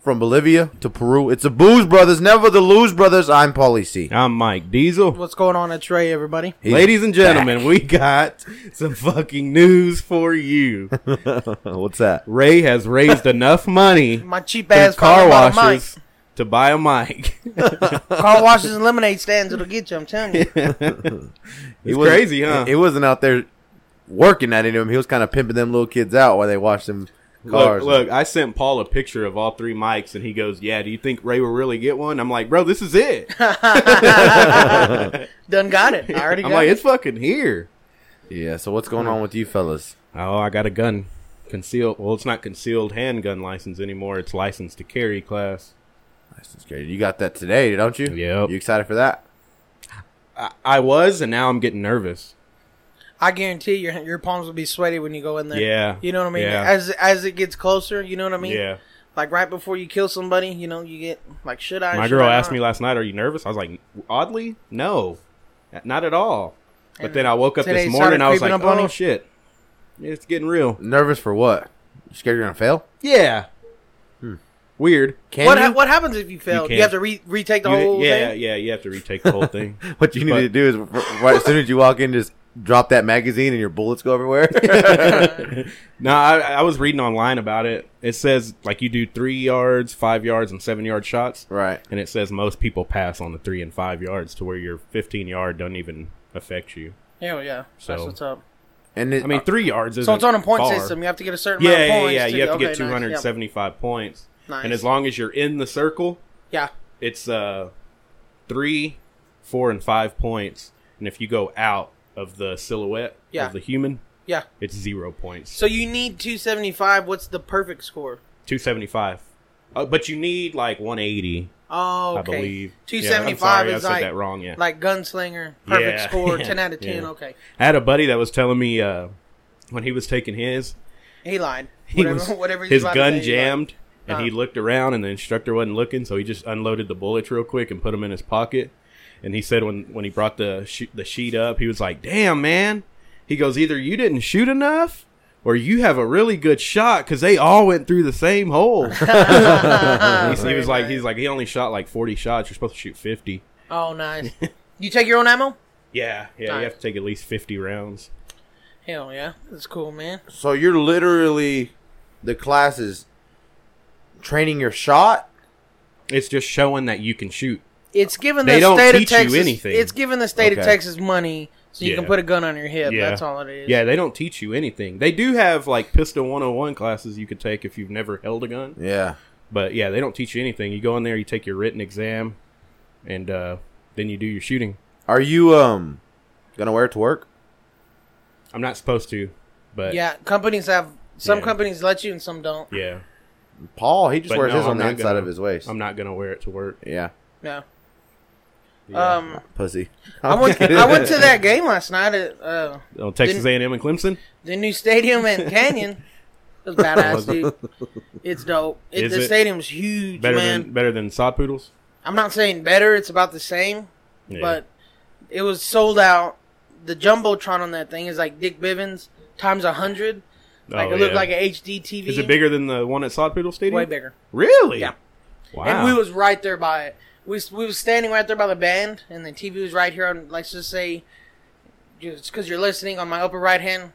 From Bolivia to Peru, it's the Booze Brothers, never the Lose Brothers. I'm Paulie C. I'm Mike Diesel. What's going on at Trey, everybody? He's Ladies and gentlemen, we got some fucking news for you. What's that? Ray has raised enough money My cheap through ass car car washes. washes to buy a mic. Car washes and lemonade stands, it'll get you, I'm telling you. It's wasn't- crazy, huh? He, he wasn't out there working at any of them. He was kind of pimping them little kids out while they watched them Look, cars. look, I sent Paul a picture of all three mics, and he goes, "Yeah, do you think Ray will really get one?" I'm like, "Bro, this is it." Done got it. I already I'm got like, it. "It's fucking here." Yeah. So what's going on with you fellas? Oh, I got a gun, concealed. Well, it's not concealed handgun license anymore. It's license to carry class. That's scary. You got that today, don't you? Yep. You excited for that? I, I was, and now I'm getting nervous. I guarantee your your palms will be sweaty when you go in there. Yeah. You know what I mean? Yeah. As as it gets closer, you know what I mean? yeah. Like right before you kill somebody, you know, you get like should I? My should girl I asked not? me last night, "Are you nervous?" I was like, "Oddly, no, not at all." But then I woke up today this it morning, started I was like, creeping up on "Oh you?" shit, it's getting real." Nervous for what? You scared you're gonna fail? Yeah. Weird. Can what you? ha- what happens if you You fail? You, can't. have to re- retake the You- whole yeah, thing. yeah, you have to retake the whole thing. What you need But- to do is, r- right as soon as you walk in, just drop that magazine and your bullets go everywhere. no, I, I was reading online about it. It says like you do three yards, five yards, and seven yard shots, right. and it says most people pass on the three and five yards to where your fifteen yard doesn't even affect you. Hell yeah. So- That's what's up. And it, uh, I mean, three yards is Uh, So it's on a point far. system. You have to get a certain Yeah, amount of yeah, points. yeah. You have to okay, get two hundred seventy-five points, Nice. and as long as you're in the circle, Yeah. it's uh three, four, and five points. And if you go out of the silhouette Yeah. of the human, yeah, yeah. it's zero points. So you need 275. What's the perfect score? 275. Uh, but you need like 180, Oh, okay. I believe. Yeah, I'm 275 sorry, is I said like, that wrong. Yeah. like gunslinger, perfect Yeah. score, Yeah. 10 out of 10. Yeah. Okay. I had a buddy that was telling me uh, when he was taking his, He lied. he whatever, was whatever he's his about to say, gun he lied. jammed, and he Uh. looked around, and the instructor wasn't looking, so he just unloaded the bullets real quick and put them in his pocket. And he said when when he brought the sh- the sheet up, he was like, "Damn, man!" He goes, "Either you didn't shoot enough." Or you have a really good shot because they all went through the same hole. he, he Very was like, nice. he's like, he only shot like forty shots. You're supposed to shoot fifty. Oh, nice. you take your own ammo? Yeah, yeah, Nice. you have to take at least fifty rounds. Hell yeah. That's cool, man. so you're literally the class is training your shot. It's just showing that you can shoot. It's given the They don't state teach you of Texas. anything. It's given the state Okay. of Texas money so you Yeah. can put a gun on your hip. Yeah. That's all it is. Yeah, they don't teach you anything. They do have like pistol 101 classes you could take if you've never held a gun. Yeah. But yeah, they don't teach you anything. You go in there, you take your written exam, and uh, then you do your shooting. Are you um gonna wear it to work? I'm not supposed to, but yeah, Yeah, companies have some Yeah. companies let you and some don't. yeah. Paul, he just But wears no, his on I'm the not inside gonna- of his waist. I'm not gonna wear it to work. yeah. No. Yeah. Um Pussy. I went I went to that game last night at uh, Oh, Texas A&M and Clemson. the new stadium in Canyon. It was badass, dude. It's dope. It, Is the it? stadium's huge, Better man. than better than sod poodles. I'm not saying better, it's about the same, Yeah. but it was sold out. The jumbotron on that thing is like Dick Bivens times a hundred. Like Oh, it looked yeah. like an HD TV. Is it bigger than the one at Sod Poodle Stadium? Way bigger. Really? Yeah. Wow. And we was right there by it. We was, we was standing right there by the band, and the TV was right here on. Let's just say, just because you're listening on my upper right hand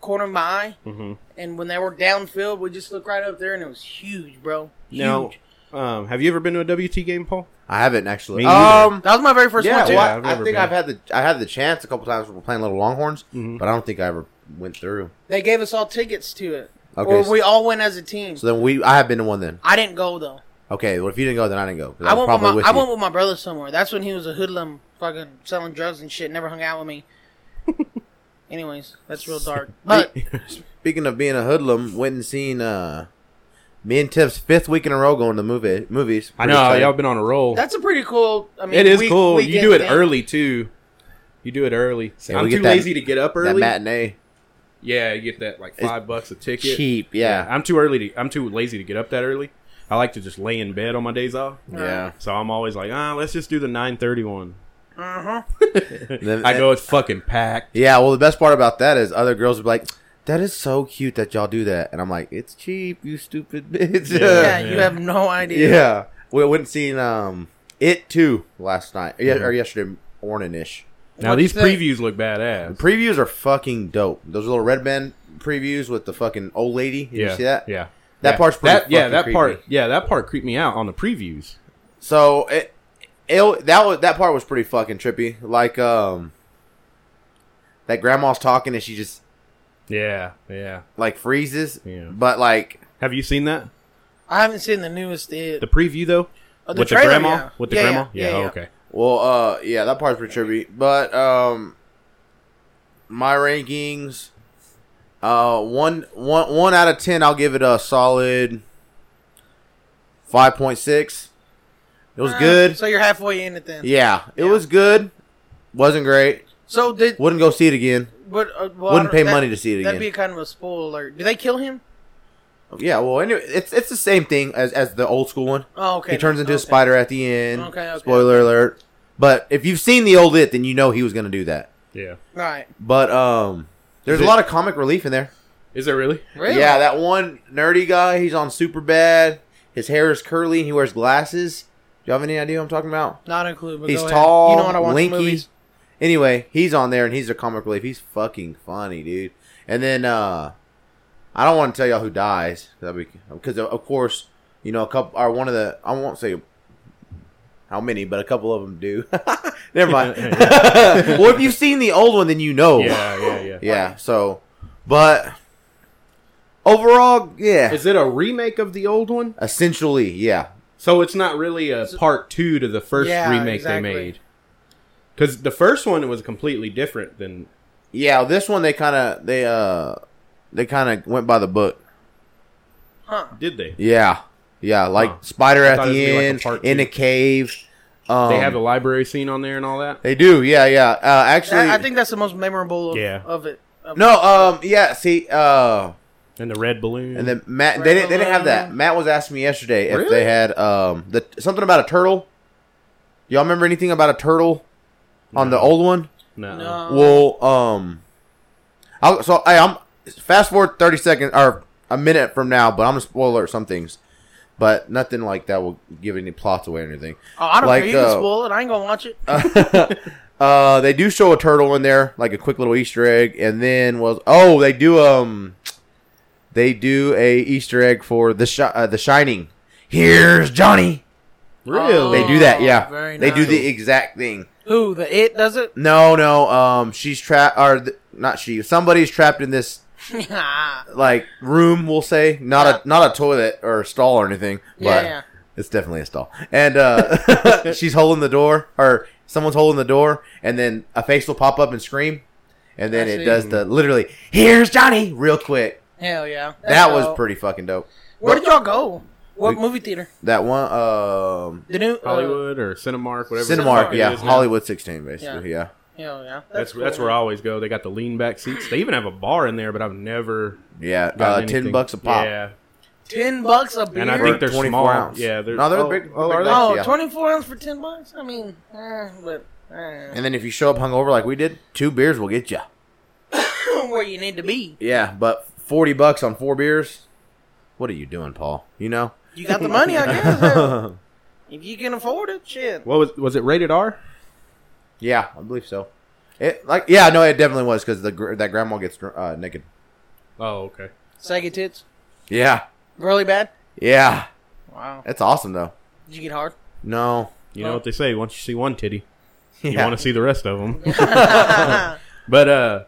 corner of my eye, Mm-hmm. Mhm. and when they were downfield, we just looked right up there, and it was huge, bro. Huge. Now, um, have you ever been to a WT game, Paul? I haven't actually. Me neither. um that was my very first yeah, one too. well, Yeah, I've I never think been. I've had the I had the chance a couple times when we're playing Little Longhorns, Mhm. but I don't think I ever went through. They gave us all tickets to it, Okay, or so- we all went as a team. So then we I have been to one then. I didn't go though. Okay, well if you didn't go then I didn't go. 'cause I was went with probably my with I you. went with my brother somewhere. That's when he was a hoodlum, fucking selling drugs and shit. Never hung out with me. Anyways, that's real dark. But Speaking of being a hoodlum, went and seen uh me and Tiff's fifth week in a row going to movie movies. I know Pretty y'all excited. been on a roll. that's a pretty cool. I mean, it is week- cool. you weekend do it thing. early too. You do it early. Yeah, I'm we get too that- lazy to get up that early. matinee. yeah, you get that like It's five bucks a ticket. Cheap, yeah. I'm too early. To, I'm too lazy to get up that early. I like to just lay in bed on my days off. Yeah. So I'm always like, ah, let's just do the 9:30 one. Uh-huh. And then- I go, it's fucking packed. Yeah, well, the best part about that is other girls would be like, that is so cute that y'all do that. And I'm like, it's cheap, you stupid bitch. Yeah, Yeah, Yeah. you yeah. have no idea. We went and seen um, It too last night. Yeah, Mm-hmm. or yesterday morning ish. Now What'd these you think? previews look The badass. previews are fucking dope. Those little red band previews with the fucking old lady. Did yeah, you see that? yeah, That part's pretty That, yeah, fucking that part. creepy. Yeah, that part creeped me out on the previews. So it, it that was that part was pretty fucking trippy. Like um, that grandma's talking and she just Yeah, yeah. like freezes. Yeah. But like Have you seen that? I haven't seen the newest. It, The preview though, Oh, with trailer, the grandma. yeah. With the Yeah, grandma. yeah, yeah, yeah. okay. Well, uh, yeah, that part's pretty trippy. But um, my rankings, uh, one one one out of ten, I'll give it a solid five point six. It was Uh, good. So you're halfway in it then. Yeah, it Yeah. was good. Wasn't great. So did Wouldn't go see it again. but uh, well, I Wouldn't don't- pay that- money to see it That'd again. be kind of a spoiler. Do they kill him? Yeah, well, anyway, it's it's the same thing as as the old school one. Oh, okay. he turns into a okay. spider at the end. Okay, okay. Spoiler alert. But if you've seen the old it, then you know he was going to do that. Yeah. Right. But um, there's Is a it- lot of comic relief in there. Is there really? Really? Yeah, that one nerdy guy, he's on super bad. His hair is curly and he wears glasses. Do you have any idea who I'm talking about? Not a clue. But he's go ahead. tall, You know what I watch lanky. movies. Anyway, he's on there and he's a comic relief. He's fucking funny, dude. And then uh, I don't want to tell y'all who dies because of, of course you know a couple or one of the I won't say how many, but a couple of them do. Never mind. well, if you've seen the old one, then you know. Yeah, yeah, yeah. Yeah, so but overall, yeah. Is it a remake of the old one? essentially, yeah. So it's not really a part two to the first Yeah, remake exactly. they made. Because the first one was completely different than Yeah, this one they kind of they uh they kind of went by the book. Huh. did they? Yeah. Yeah, like Huh. spider I at thought it'd the be like a end part in two. a cave. Um, they have the library scene on there and all that. They do. Yeah, yeah. Uh actually I, I think that's the most memorable of, Yeah. of it. Of No, um yeah, see uh And the red balloon. and then Matt they didn't they didn't have that. Matt was asking me yesterday if Really? they had um the something about a turtle. Y'all remember anything about a turtle on the No. old one? no. No. Well, um, I'll, so I, I'm fast forward thirty seconds or a minute from now, but I'm gonna spoil alert some things, but nothing like that will give any plots away or anything. Oh, I don't Like, care. You uh, can spoil it. I ain't gonna watch it. Uh, they do show a turtle in there, like a quick little Easter egg, and then was oh they do um, they do a Easter egg for the shi- uh, the Shining. Here's Johnny. Really? They Uh, do that, yeah. Oh, very They do nice. the exact thing. Who the it does it? No, no. Um, she's trapped, or th- not she? Somebody's trapped in this yeah. like room we'll say not a not a toilet or a stall or anything but yeah. it's definitely a stall and uh she's holding the door or someone's holding the door and then a face will pop up and scream and then I it see. does the literally here's johnny real quick Hell yeah. That's that was dope. pretty fucking dope Where did y'all go? What We- movie theater? that one um The new uh, Hollywood or Cinemark, whatever. the fuck cinemark it yeah is now. hollywood 16 basically yeah. Hell yeah. That's cool. that's where I always go. They got the lean back seats. They even have a bar in there, but I've never yeah gotten uh, 10 anything. bucks a pop Yeah, ten bucks a beer. and I For think they're 24 small. ounce. Yeah, they're No, they're oh, big- Oh, they're are big they? box. Oh, yeah. 24 ounce for ten bucks. I mean, eh, but eh, and then if you show up hungover like we did two beers will get you where you need to be. yeah but 40 bucks on four beers what are you doing paul you know You got the money, I guess. hell. if you can afford it, shit. What was was it rated R? Yeah, I believe so. It like yeah, no, it definitely was because the gr- that grandma gets dr- uh, naked. Oh, okay. Saggy tits, Yeah, really bad. yeah, Wow. that's awesome though. Did you get hard? No, You know what they say: once you see one titty, you Yeah. want to see the rest of them. but uh,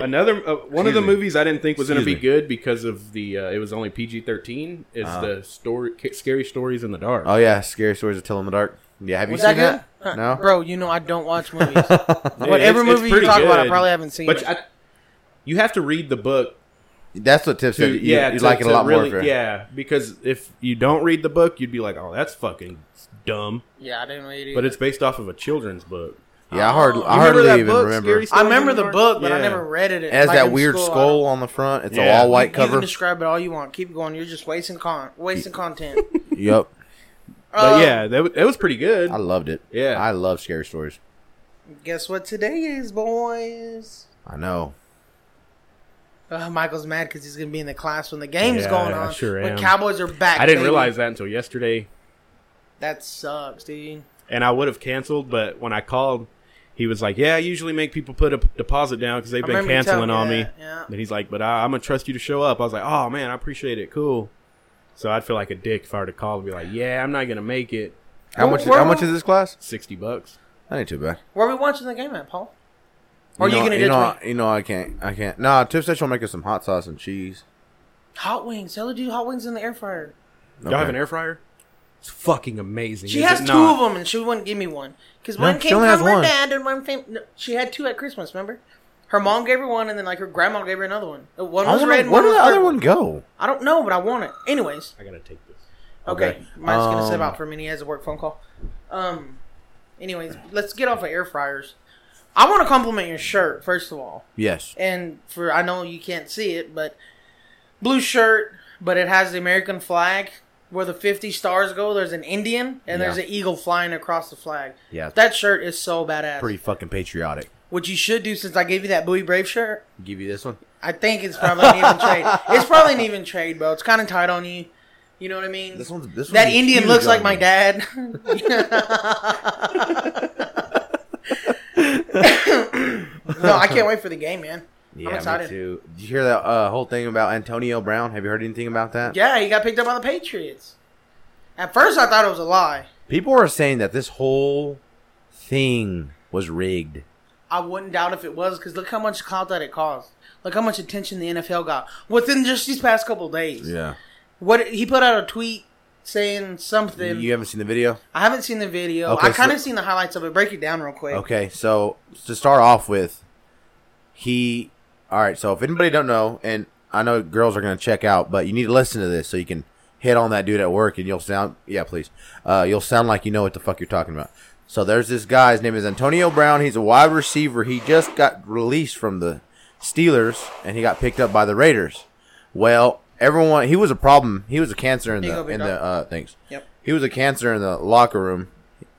another uh, one Oh. of Excuse the me. movies I didn't think was going to be Excuse Uh-huh. good because of the uh, it was only PG thirteen. Is the story ca- scary stories in the dark? oh yeah, scary stories to tell in the dark. Yeah, have you Was seen that that? good? Huh. No, Bro, you know I don't watch movies. Dude, But every it's- it's movie you pretty talk about, I good. probably haven't seen. But it. I, you have to read the book that's what Tiff to said. You, yeah, you to- like it a to lot really, more. if you're- Yeah, because if you don't read the book, you'd be like, "Oh, that's fucking dumb." yeah, I didn't read it. But it's based off of a children's book. yeah, I hardly, You I You hardly that even book, remember. Scary It Stories I remember in the book, but I Yeah. never read it. has Like that in weird school, I don't- skull on the front. It's Yeah. a all white You can cover. describe it all you want. Keep going. You're just wasting con wasting content. yep, Uh, But yeah, that, wa- that was pretty good. I loved it. Yeah. I love scary stories. Guess what today is, boys? I know. Uh, Michael's mad because he's gonna be in the class when the game's Yeah, going I on. sure but am. Cowboys are back. I didn't baby. realize that until yesterday, that sucks, dude. and I would have canceled. But when I called, he was like, "Yeah, I usually make people put a p- deposit down because they've I been remember you telling canceling on me." that, yeah. And he's like, "But I, I'm gonna trust you to show up." I was like, "Oh man, I appreciate it. Cool." So I'd feel like a dick if I were to call and be like, "Yeah, I'm not gonna make it. How much? How much is this class? Sixty bucks." That ain't too bad. Where are we watching the game at, Paul? Or know, are you gonna you ditch know, me? you know, I can't, I can't. Nah, Tiff said she'll make us some hot sauce and cheese. Hot wings. Tell her to do hot wings in the air fryer. Y'all have Okay. an air fryer? It's fucking amazing. She is has it two not? of them, and she wouldn't give me one because No, one she came only from has her one. dad, and one came. No, she had two at Christmas. Remember, her mom gave her one, and then like her grandma gave her another one. Uh, One I was red. wonder, where and one did was the other purple. one go? I don't know, but I want it. Anyways, I gotta take this. okay, Okay. mine's gonna step Um, out for a minute. He has a work phone call. Um, anyways, let's get off of air fryers. I want to compliment your shirt first of all, Yes. and for I know you can't see it, but blue shirt, but it has the American flag. Where the fifty stars go, there's an Indian and there's Yeah. an eagle flying across the flag. Yeah. That shirt is so badass. pretty fucking patriotic. What you should do since I gave you that Bowie Brave shirt, Give you this one. I think it's probably an even trade. It's probably an even trade, bro. It's kind of tight on you. You know what I mean? This one's this. that one's Indian huge looks on like me. my dad. no, I can't wait for the game, man. Yeah, excited. me too. Did you hear that uh, whole thing about Antonio Brown? Have you heard anything about that? Yeah, he got picked up by the Patriots. At first, I thought it was a lie. People are saying that this whole thing was rigged. I wouldn't doubt if it was because look how much clout that it caused. Look how much attention the NFL got within just these past couple days. Yeah. What he put out a tweet saying something. You haven't seen the video? I haven't seen the video. Okay, I kind so- of seen the highlights of it. Break it down real quick. Okay, so to start off with, he. All right, so if anybody don't know, and I know girls are gonna check out, but you need to listen to this so you can hit on that dude at work, and you'll sound yeah, please, uh, you'll sound like you know what the fuck you're talking about. So there's this guy. His name is Antonio Brown. He's a wide receiver. He just got released from the Steelers, and he got picked up by the Raiders. Well, everyone, he was a problem. He was a cancer in Here you the go, big in dog. the uh, things. Yep. He was a cancer in the locker room.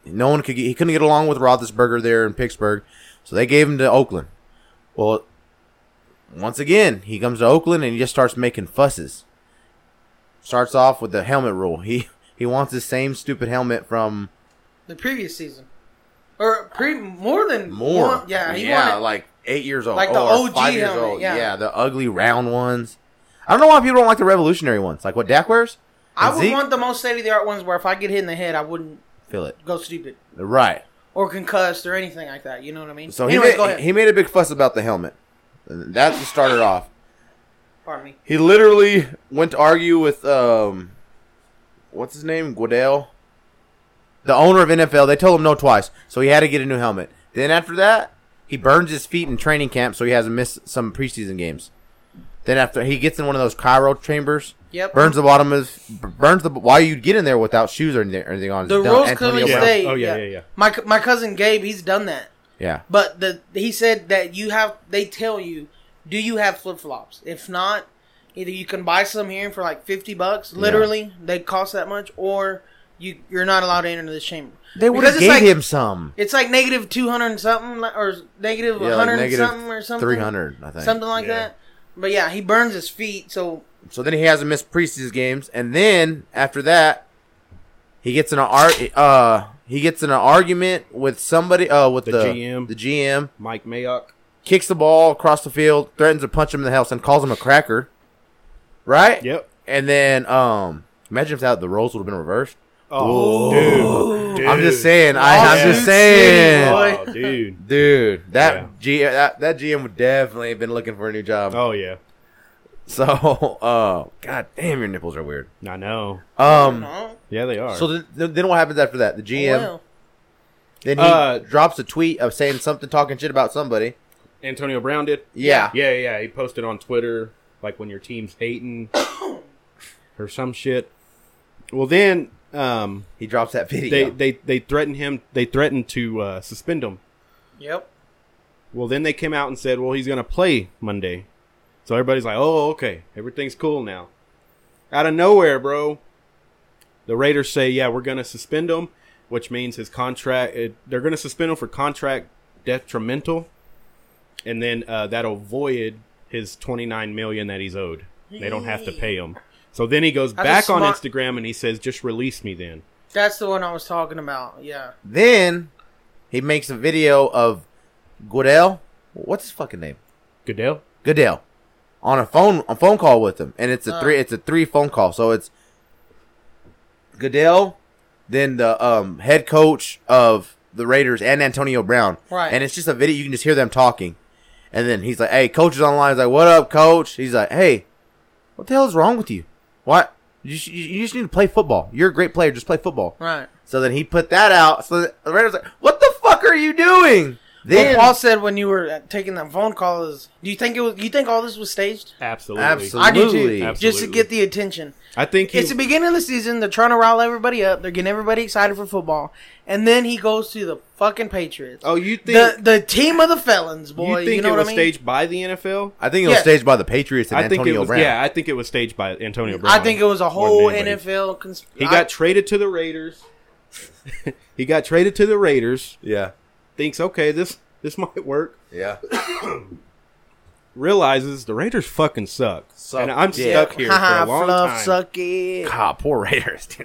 No one could get, he couldn't get along with Roethlisberger there in Pittsburgh, so they gave him to Oakland. Well, once again, he comes to Oakland and he just starts making fusses. Starts off with the helmet rule. He he wants the same stupid helmet from The previous season, or pre more than Moore. one- yeah, he yeah, wanted- like eight years old, Like the or OG five years helmet, old. yeah. the ugly round ones. I don't know why people don't like the revolutionary ones, like what Dak wears. I And would Zeke? want the most state of the art ones where if I get hit in the head, I wouldn't feel it go stupid right. or concussed or anything like that. You know what I mean? So Anyways, he go made, ahead. he made a big fuss about the helmet. And That started off. Pardon me. He literally went to argue with um, what's his name, Guadell, the owner of NFL. They told him no twice, so he had to get a new helmet. Then after that, he burns his feet in training camp, so he hasn't missed some preseason games. Then after he gets in one of those Cairo chambers, Yep. burns the bottom of his, burns the why you get in there without shoes or anything, or anything on. is The dumb. rules Antonio clearly Brown. state. Oh, yeah, yeah, yeah. My c- my cousin Gabe, he's done that. Yeah, But the he said that you have they tell you, do you have flip flops? If not, either you can buy some here for like fifty bucks, literally they cost that much, or you you're not allowed to enter this chamber. they would Because have it's gave like- him some. It's like negative two hundred and something, like- or negative Yeah, one like hundred negative something, or something. three hundred, I think. something like Yeah. that. But yeah, he burns his feet, so So then he hasn't missed preseason games, and then after that, he gets in an ar- uh he gets in an argument with somebody uh with the, The GM. the GM Mike Mayock. kicks the ball across the field, threatens to punch him in the house, and calls him a cracker, right? Yep. And then um imagine if that the roles would have been reversed. Oh, dude, dude. I'm just saying, I, I'm just saying, Oh, dude. dude, that Yeah. G that, that GM would definitely have been looking for a new job. Oh yeah. So, uh, god damn, your nipples are weird. I know. Um. no. Yeah, they are. So th- th- then what happens after that? The GM oh Well, then he Uh, drops a tweet of saying something, talking shit about somebody. Antonio Brown did. Yeah. Yeah, yeah. He posted on Twitter like when your team's hating or some shit. Well, then um, He drops that they video. they they threatened him. They threatened to uh, suspend him. Yep. Well, then they came out and said, "Well, he's going to play Monday." So everybody's like, "Oh, okay, everything's cool now." Out of nowhere, bro, the Raiders say, "Yeah, we're going to suspend him," which means his contract. It, they're going to suspend him for contract detrimental, and then uh, that'll void his 29 million that he's owed. They don't have to pay him. So then he goes That's back on smart- Instagram and he says, "Just release me then." That's the one I was talking about. Yeah. Then he makes a video of Goodell. What's his fucking name? Goodell. Goodell on a phone a phone call with him, and it's a Uh. three it's a three phone call. So it's Goodell, then the um, head coach of the Raiders and Antonio Brown. Right. and it's just a video you can just hear them talking, and then he's like, "Hey, coach is online." He's like, "What up, coach?" He's like, "Hey, what the hell is wrong with you? What you, sh- you just need to play football. You're a great player. Just play football." Right. So then he put that out. So the Raiders like, "What the fuck are you doing?" What Then Paul said when you were uh, taking that phone call is, do you think it was? You think all this was staged? Absolutely. absolutely, I do too. Just to Absolutely. get the attention. I think he, It's the beginning of the season. They're trying to rile everybody up. They're getting everybody excited for football, and then he goes to the fucking Patriots. Oh, you think the the team of the felons, you boy. You, think know it what I was mean? staged by the NFL? I think it was Yeah. staged by the Patriots and I think Antonio it was. Brown. Yeah, I think it was staged by Antonio Brown. I think it was a more than whole anybody. NFL. Consp- He got traded to the Raiders. he got traded to the Raiders. yeah, Thinks, okay, this this might work. yeah. Realizes the Raiders fucking suck, Suck and I'm dick. stuck here for a long fluff time. suck it. God, Ah, poor Raiders.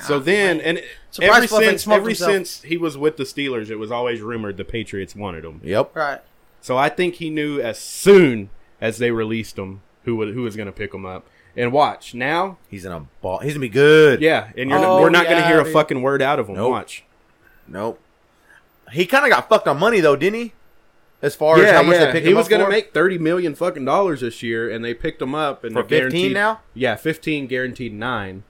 So then, and Surprise ever Fluff ain't since smoked ever himself. since he was with the Steelers, it was always rumored the Patriots wanted him. yep. Right. So I think he knew as soon as they released him who would, who was going to pick him up. And watch now, He's in a ball. He's gonna be good. yeah, and you're Oh, we're not going to yeah, hear a dude. fucking word out of him. Nope. Watch. Nope. He kind of got fucked on money though, didn't he? As far as how much they picked he him was up gonna for? make thirty million fucking dollars this year, and they picked him up and For they're 15 guaranteed- now? Yeah, fifteen guaranteed nine.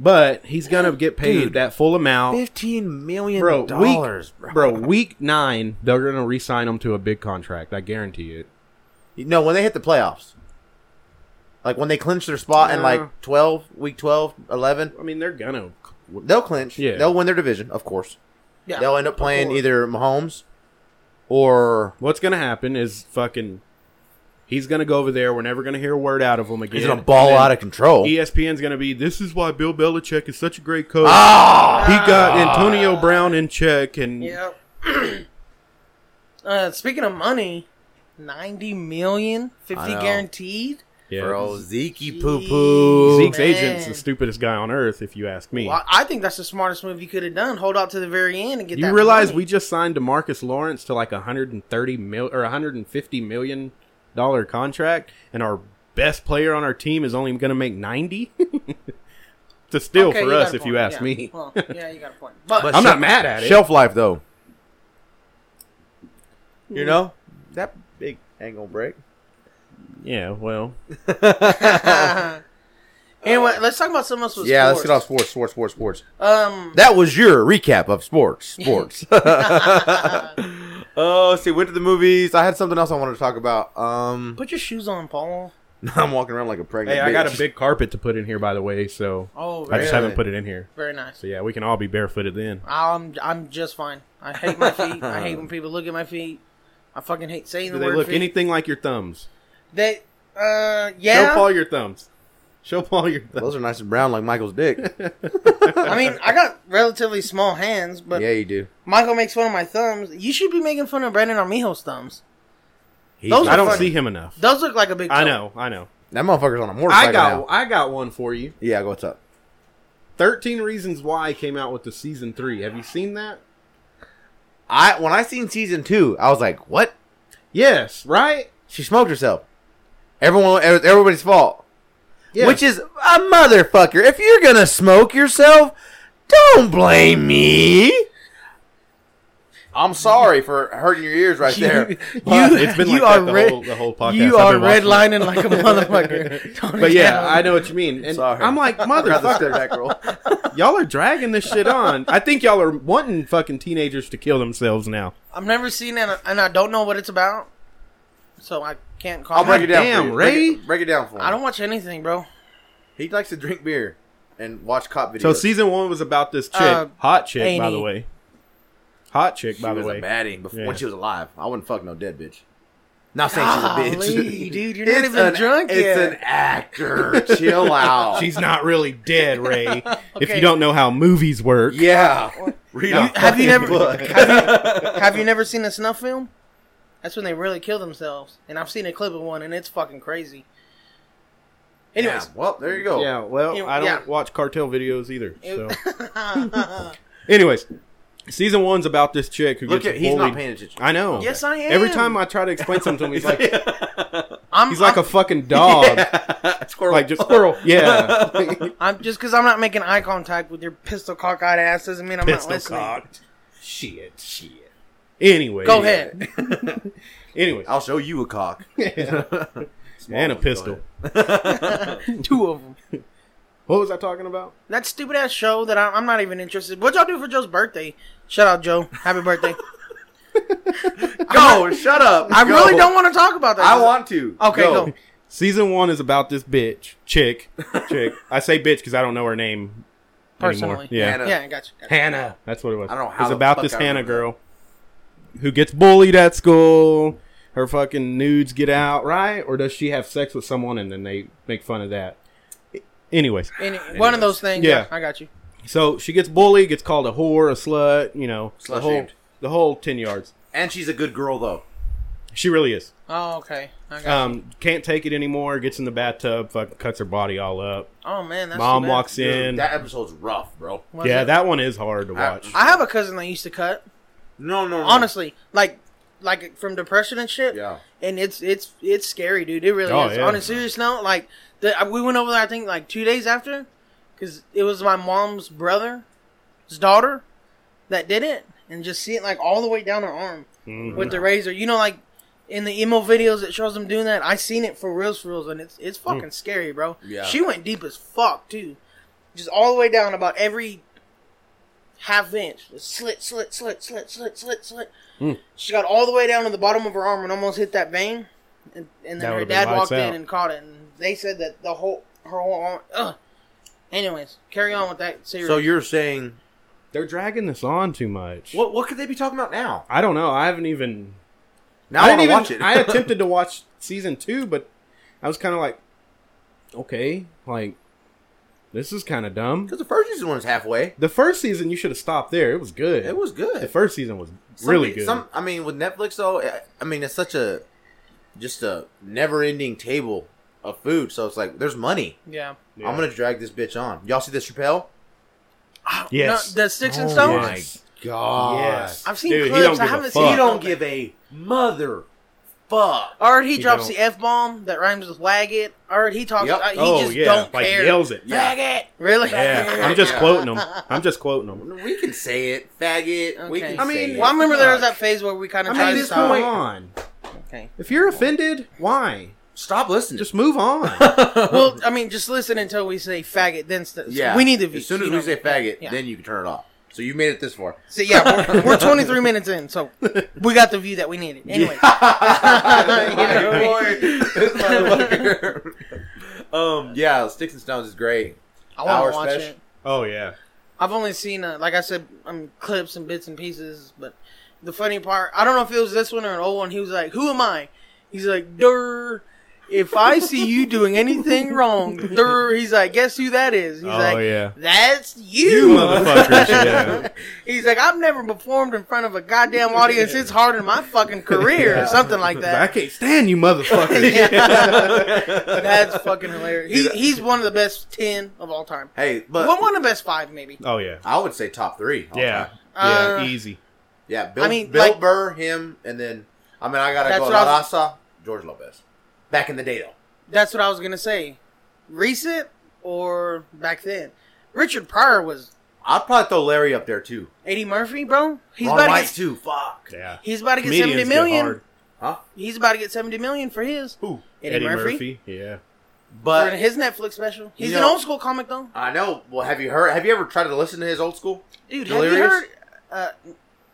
But he's gonna get paid Dude. that full amount, fifteen million bro. Week, dollars, bro. Week nine, they're gonna re-sign him to a big contract. I guarantee it. You know when they hit the playoffs, like when they clinch their spot in Yeah. like twelve, week 12, 11, I mean, they're gonna. they'll clinch. Yeah. They'll win their division, of course. Yeah. They'll end up playing Before. either Mahomes or What's gonna happen is fucking. He's gonna go over there. We're never gonna hear a word out of him again. he's gonna ball And then E out of control. ESPN's gonna be. This is why Bill Belichick is such a great coach. Ah, He got Antonio Brown in check, and Yep. uh, speaking of money, 90 million, 50 I know. guaranteed. Yeah. bro, Zeke Jeez. poo poo. Zeke's Man. agent's the stupidest guy on earth, if you ask me. Well, I think that's the smartest move you could have done. Hold out to the very end and get you that. realize money. we just signed Demarcus Lawrence to like a hundred and thirty mil or a hundred and fifty million dollar contract, and our best player on our team is only going to make ninety. to still Okay, for got us, a if you point. ask Yeah. me. Well, yeah, you got a point. But, But I'm not shel- mad at it. Shelf life though. You know that big ain't gonna break. yeah, well, anyway, let's talk about something else. With Yeah, let's sports. get off sports, sports, sports, sports. Um, That was your recap of sports, sports. oh, let's see, went to the movies. I had something else I wanted to talk about. Um, put your shoes on, Paul. I'm walking around like a pregnant. hey, I got a bitch. big carpet to put in here, by the way, so Oh, I very, Really? just haven't put it in here. very nice. So yeah, we can all be barefooted then. I'm I'm just fine. I hate my feet. I hate when people look at my feet. I fucking hate saying Do the they word look feet. anything like your thums? they, Show uh, yeah. Paul your thumbs. Show Paul your thumbs. Those are nice and brown like Michael's dick. I mean, I got relatively small hands, but yeah, you do. Michael makes fun of my thumbs. You should be making fun of Brandon Armijo's thumbs. He's Those not- I are don't funny. see him enough. Those look like a big. I toe. know, I know. That motherfucker's on a motorcycle. I got now. I got one for you. Yeah, go what's up? 13 Reasons Why came out with the season 3. Have you seen that? I when I seen season two, I was like, what? Yes, right? She smoked herself. Everyone, it was everybody's fault. Yeah. Which is a motherfucker. If you're gonna smoke yourself, don't blame me. I'm sorry for hurting your ears right You- there. you- But- it's been you like are that the, red- whole, the whole podcast. You I've are been watching it. redlining like a motherfucker. Tony But yeah, Allen. I know what you mean. And Sorry. I'm like, motherfucker, back roll. y'all are dragging this shit on. I think y'all are wanting fucking teenagers to kill themselves now. I've never seen it, and I don't know what it's about, so I can't call. I'll break it down. Damn, for you. Ray. Break it, break it down for him. I don't watch anything, bro. He likes to drink beer and watch cop videos. So season 1 was about this chick, Uh, hot chick by Amy. the way. Hot chick she by the was way. a baddie before Yeah. when she was alive. I wouldn't fuck no dead bitch. Not saying she's a Golly, bitch, dude, you're not even drunk It's yet. an actor. Chill out. She's not really dead, Ray. If Okay. you don't know how movies work. yeah. Read You- a have fucking you never- book. Have you, have you never seen a snuff film? That's when they really kill themselves. And I've seen a clip of one, and it's fucking crazy. Anyways, Yeah, well, there you go. Yeah, well, You- I don't yeah. watch cartel videos either. So, It- anyways, season one's about this chick who Look gets at he's bullied. not paying attention. I know. yes, I am. Every time I try to explain something to him, he's like, I'm, he's like I'm, a fucking dog. Squirrel. Like just squirrel. Yeah. I'm just because I'm not making eye contact with your pistol cockeyed ass doesn't mean I'm Pistol not listening. cocked. shit, shit. Anyway. Go ahead. Anyway, I'll show you a cock and a pistol. Two of them. What was I talking about? That stupid ass show that I, I'm not even interested. What y'all do for Joe's birthday? Shout out Joe. Happy birthday. Go, shut up. I Go. really don't want to talk about that. I want to. Okay, go. Season one is about this bitch, chick, chick. I say bitch because I don't know her name Personally. anymore. Yeah, Hannah. Yeah, I got you. Got you. Hannah. That's what it was. I don't know how It's the about fuck this I Hannah remember girl who gets bullied at school. Her fucking nudes get out, right? Or does she have sex with someone and then they make fun of that? Anyways, Any- one of those things. Yeah. Yeah. I got you. so she gets bullied, gets called a whore, a slut, you know, the whole, Slut-shamed. the whole ten yards. And she's a good girl though. She really is. Oh, okay. I got Um, can't take it anymore. Gets in the bathtub, fucking cuts her body all up. you. Oh, man. That's Mom too bad. walks in. Dude, that episode's rough, bro. Was yeah, it? that one is hard to I- watch. I have a cousin that used to cut. No, no, no. Honestly, like, like from depression and shit. Yeah. And it's it's it's scary, dude. It really Oh, is. yeah. On a serious note, like the, we went over there, I think like two days after, because it was my mom's brother's daughter that did it, and just see it like all the way down her arm Mhm. with the razor. You know, like in the emo videos it shows them doing that. I seen it for reals, for reals, and it's Mm. it's fucking scary, bro. Yeah. She went deep as fuck too, just all the way down about every half inch. Just Slit, slit, slit, slit, slit, slit, slit. Hmm. She got all the way down to the bottom of her arm and almost hit that vein, and, That and then her would've been dad lights walked in out. and caught it. And they said that the whole her whole arm. Ugh. Anyways, carry on with that series. So you're saying They're dragging this on too much. what? What could they be talking about now? I don't know. I haven't even. Now I, didn't want to even- watch it. I attempted to watch season two, but I was kind of like, okay, like this is kind of dumb. because the first season was halfway. The first season you should have stopped there. It was good. It was good. The first season was Some- really good. Some, I mean, with Netflix though, I- I mean, it's such a just a never-ending table of food. So it's like there's money. yeah. Yeah. I'm gonna drag this bitch on. Y'all see this Chappelle? yes. No, the sticks and Oh stones. my God. Yes. I've seen Ah. Dude, he clips. don't I give a haven't fuck. seen. He don't give a mother fuck. All right, he, He drops don't. the f bomb that rhymes with wag it. All right, he talks. Yep. uh, he oh just yeah, don't like care. yells it. Drag it. Really? Yeah, I'm just Yeah. quoting them. I'm just quoting them. We can say it, faggot. We Okay. can I mean, say it. Well, I remember there was that phase where we kind of I tried mean, to this stop. come on. Okay. If you're offended, why? Stop listening. Just move on. Well, I mean, just listen until we say faggot. Then st- yeah. we need the As soon as you we know. say faggot, Yeah. then you can turn it off. So you made it this far. So, yeah, we're, we're 23 minutes in, so we got the view that we needed. Anyway, um, yeah, Sticks and Stones is great. I want Our to watch special- it. oh yeah. I've only seen, uh, like I said, um, clips and bits and pieces. But the funny part, I don't know if it was this one or an old one. He was like, "Who am I?" He's like, "Durr." If I see you doing anything wrong, durr. He's like, "Guess who that is?" He's Oh, like, yeah. "That's you, You motherfuckers, yeah. He's like, "I've never performed in front of a goddamn audience. It's hard in my fucking career, or something like I that." can't stand you motherfuckers. That's fucking hilarious. He, he's one of the best ten of all time. Hey, but Well, one of the best five, maybe. Oh yeah. I would say top three. all Yeah. time. Yeah, Uh, easy. yeah. Bill, I mean, Bill like- Burr, him, and then I mean, I gotta That's go. what I I was- saw George Lopez back in the day though. That's what I was gonna say. Recent or back then? Richard Pryor was I'd probably throw Larry up there too. Eddie Murphy, bro. He's Ron about to White get, too. Fuck. Yeah. he's about to get Comedians seventy million. hard. Huh? he's about to get seventy million for his Who? Eddie, Murphy, Yeah. for But his Netflix special. He's You an know- old school comic though, I know. Well, have you heard? Have you ever tried to listen to his old school? dude. Have you Delirious? heard? Uh,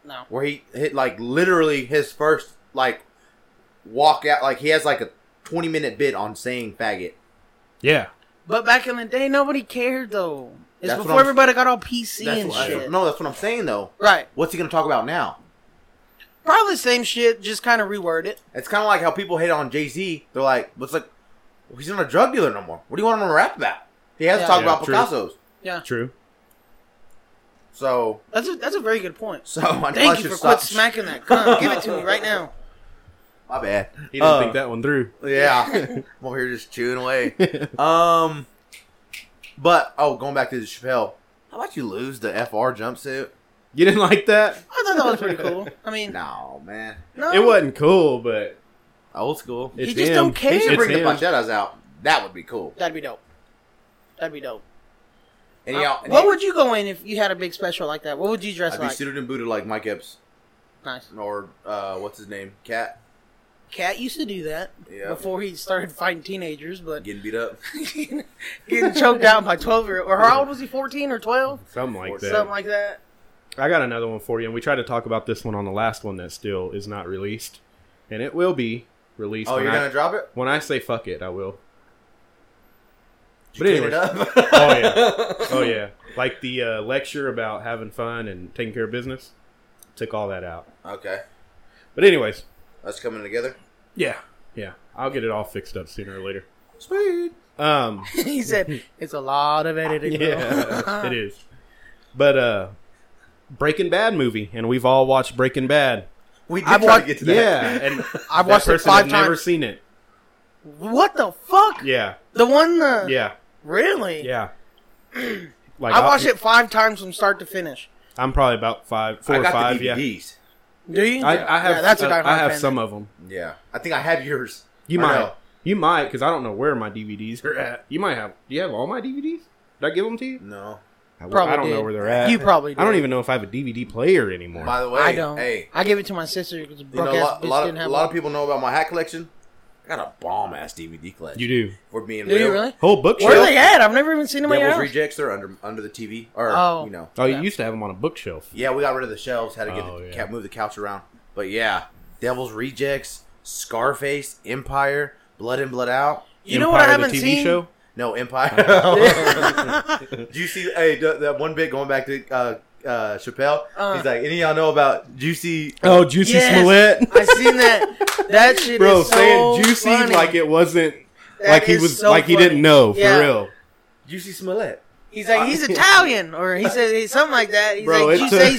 no. where he hit like literally his first like walk out like he has like a 20 minute bit on saying faggot Yeah. But back in the day, nobody cared though. It's That's what before I'm- everybody got all PC that's and what I- shit. no that's what i'm saying though Right. what's he gonna talk about now Probably the same shit, just kind of reword it. it's kind of like how people hate on jay-z they're like what's like well, he's not a drug dealer no more what do you want him to rap about he has to Yeah. talk Yeah, about true. picasso's Yeah. True. so That's a, that's a very good point. so I know I Thank you should for stop. quit smacking that. Come on, give it to me right now. My bad. He didn't Uh, think that one through. Yeah, I'm over here just chewing away. Um, but oh, going back to the Chappelle, how about you lose the FR jumpsuit? You didn't like that? I thought that was pretty cool. I mean, No, man, no, It wasn't cool, but old school. it's Um, just him. don't care. He should It's bring the him. pancettas out. That would be cool. That'd be dope. That'd be dope. And y'all, and what y'all- would you go in if you had a big special like that? What would you dress I'd be like? suited and booted like Mike Epps nice. or uh, what's his name, Cat, Cat used to do that Yeah. before he started fighting teenagers, but getting beat up. getting choked out by twelve year old. Or how old was he? Fourteen or twelve? Something like that. Something like that. I got another one for you, and we tried to talk about this one on the last one that still is not released, and it will be released. Oh, when, you're I, gonna drop it? when I say fuck it, I will. Did But you clean anyway. it up? Oh yeah, oh yeah. Like the uh, lecture about having fun and taking care of business, took all that out. okay, But anyways, us coming together. yeah, yeah. I'll get it all fixed up sooner or later. Sweet. Um, he said it's a lot of editing. bro." yeah, it is. But uh, Breaking Bad movie, and we've all watched Breaking Bad. We did I've try to watched- get to that. Yeah, and that I've watched it person five had Never times. seen it. What the fuck? Yeah, The one. Uh, yeah. Really? Yeah. Like I watched it five times from start to finish. I'm probably about five, four I or got five. the Yeah, DVDs. Do you? I, Yeah, I have. that's what uh, I'm I have fan. some of them. Yeah. I think I have yours. You Or might. no. You might, because I don't know where my DVDs are at. You might have. Do you have all my DVDs? Did I give them to you? No. I, Probably I don't did. know where they're at. You probably I don't did. even know if I have a DVD player anymore. By the way, I don't. hey, I give it to my sister because you know, broke a ass lot, a bitch lot of, didn't a have lot of one. people know about my hat collection. I got a bomb ass DVD collection. you do. For being Do real. you really? Whole bookshelf. Where are they at? I've never even seen them Devil's else. Rejects, they're under under the TV. Or, Oh. you know. Oh, Yeah. you used to have them on a bookshelf. Yeah, we got rid of the shelves, had to get Oh, the, yeah. kept, move the couch around. But yeah, Devil's Rejects, Scarface, Empire, Blood in, Blood Out. you know what I Empire, the haven't TV seen? Oh, Show? No, Empire. Do you see hey, th- that one bit going back to uh, uh, Chappelle? Uh. He's like, any of y'all know about Juicy Oh, Juicy Yes. Smollett. I seen that. That shit Bro, is so saying juicy funny. like it wasn't. That like he is was. so like he funny. didn't know for Yeah. real. Juicy Smollett? He's like he's Italian, or he said he's something like that. He's Bro, like it you took- say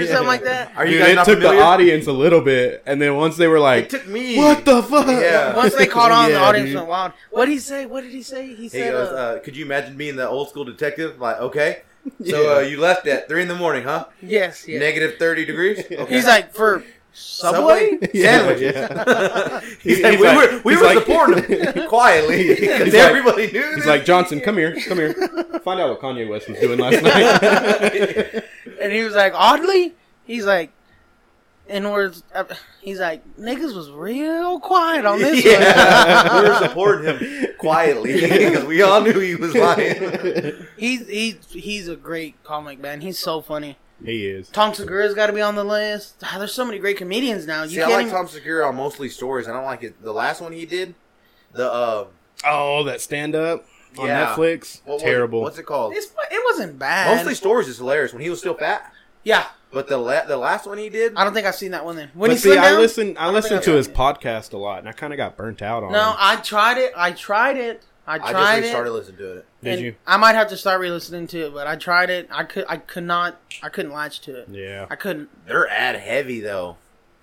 or something like that. Are you Dude, guys it not took familiar? the audience a little bit, and then once they were like, It took me. "What the fuck?" Yeah. Once they caught on, Yeah, the audience dude. went wild. What did he say? What did he say? He He said, goes, uh, uh, could you imagine being the old school detective? Like, okay. So uh, Yeah. you left at 3 in the morning, huh? "Yes, yes." Negative 30 degrees? Okay. He's like, "For Subway." Yeah, Sandwiches. yeah. He's He- like, he's we like- were, we he's were like- supporting him quietly because He's like- everybody knew this. He's like, "Johnson, come here, come here. Find out what Kanye West was doing last night." And he was like, oddly, he's like, in words, uh, he's like, niggas was real quiet on this yeah, one. we were supporting him quietly because we all knew he was lying. he's he's he's a great comic man. He's so funny. he is. Tom Segura's got to be on the list. Ah, There's so many great comedians now. You See, I can't like even- Tom Segura on mostly stories. I don't like it. The last one he did, the uh, Oh, that stand up on Yeah. Netflix, what was it? terrible. What's it called? It's, it wasn't bad. Mostly stories is hilarious when he was still fat. yeah. But the la- the last one he did, I don't think I've seen that one then. When but he see, slimmed I down- listen, I listen I've to got his it. podcast a lot, and I kind of got burnt out on. No, him. I tried it. I tried it. I I tried just it. restarted listening to it. did and you? I might have to start re-listening to it, but I tried it. I could. I could not. I couldn't latch to it. Yeah. I couldn't. They're ad heavy though.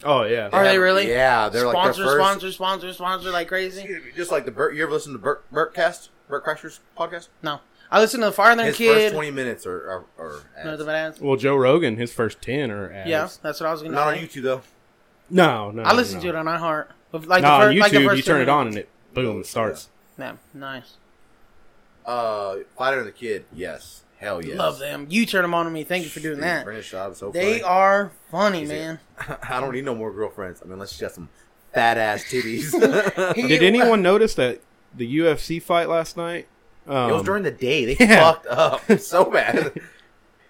Oh yeah. Are they really? Yeah, they're like sponsor, their first. sponsor, sponsor, sponsor, like crazy. Just like the Bert. You ever listen to Bert Burtcast? Bert Crasher's podcast. No, I listen to the Farther Than His Kid. first twenty minutes are are, are No, ads. the bananas. Well, Joe Rogan, his first ten are ads. Yeah, that's what I was gonna not on say. YouTube though. No, no. I listen no. to it on iHeart. With, Like no, the on first, like the YouTube, first you turn two it on and it boom, it starts. minutes. Yeah, nice. Uh, Fighter and the Kid. Yes, hell yes. Love them. You turn them on to me. Thank you for doing that. Brandon Schaub, so They funny. are funny, He's a- man. I don't need no more girlfriends. I mean, unless she got some fat ass titties. He- Oh, Did anyone notice that the UFC fight last night? Um, it was during the day. They yeah. fucked up so bad.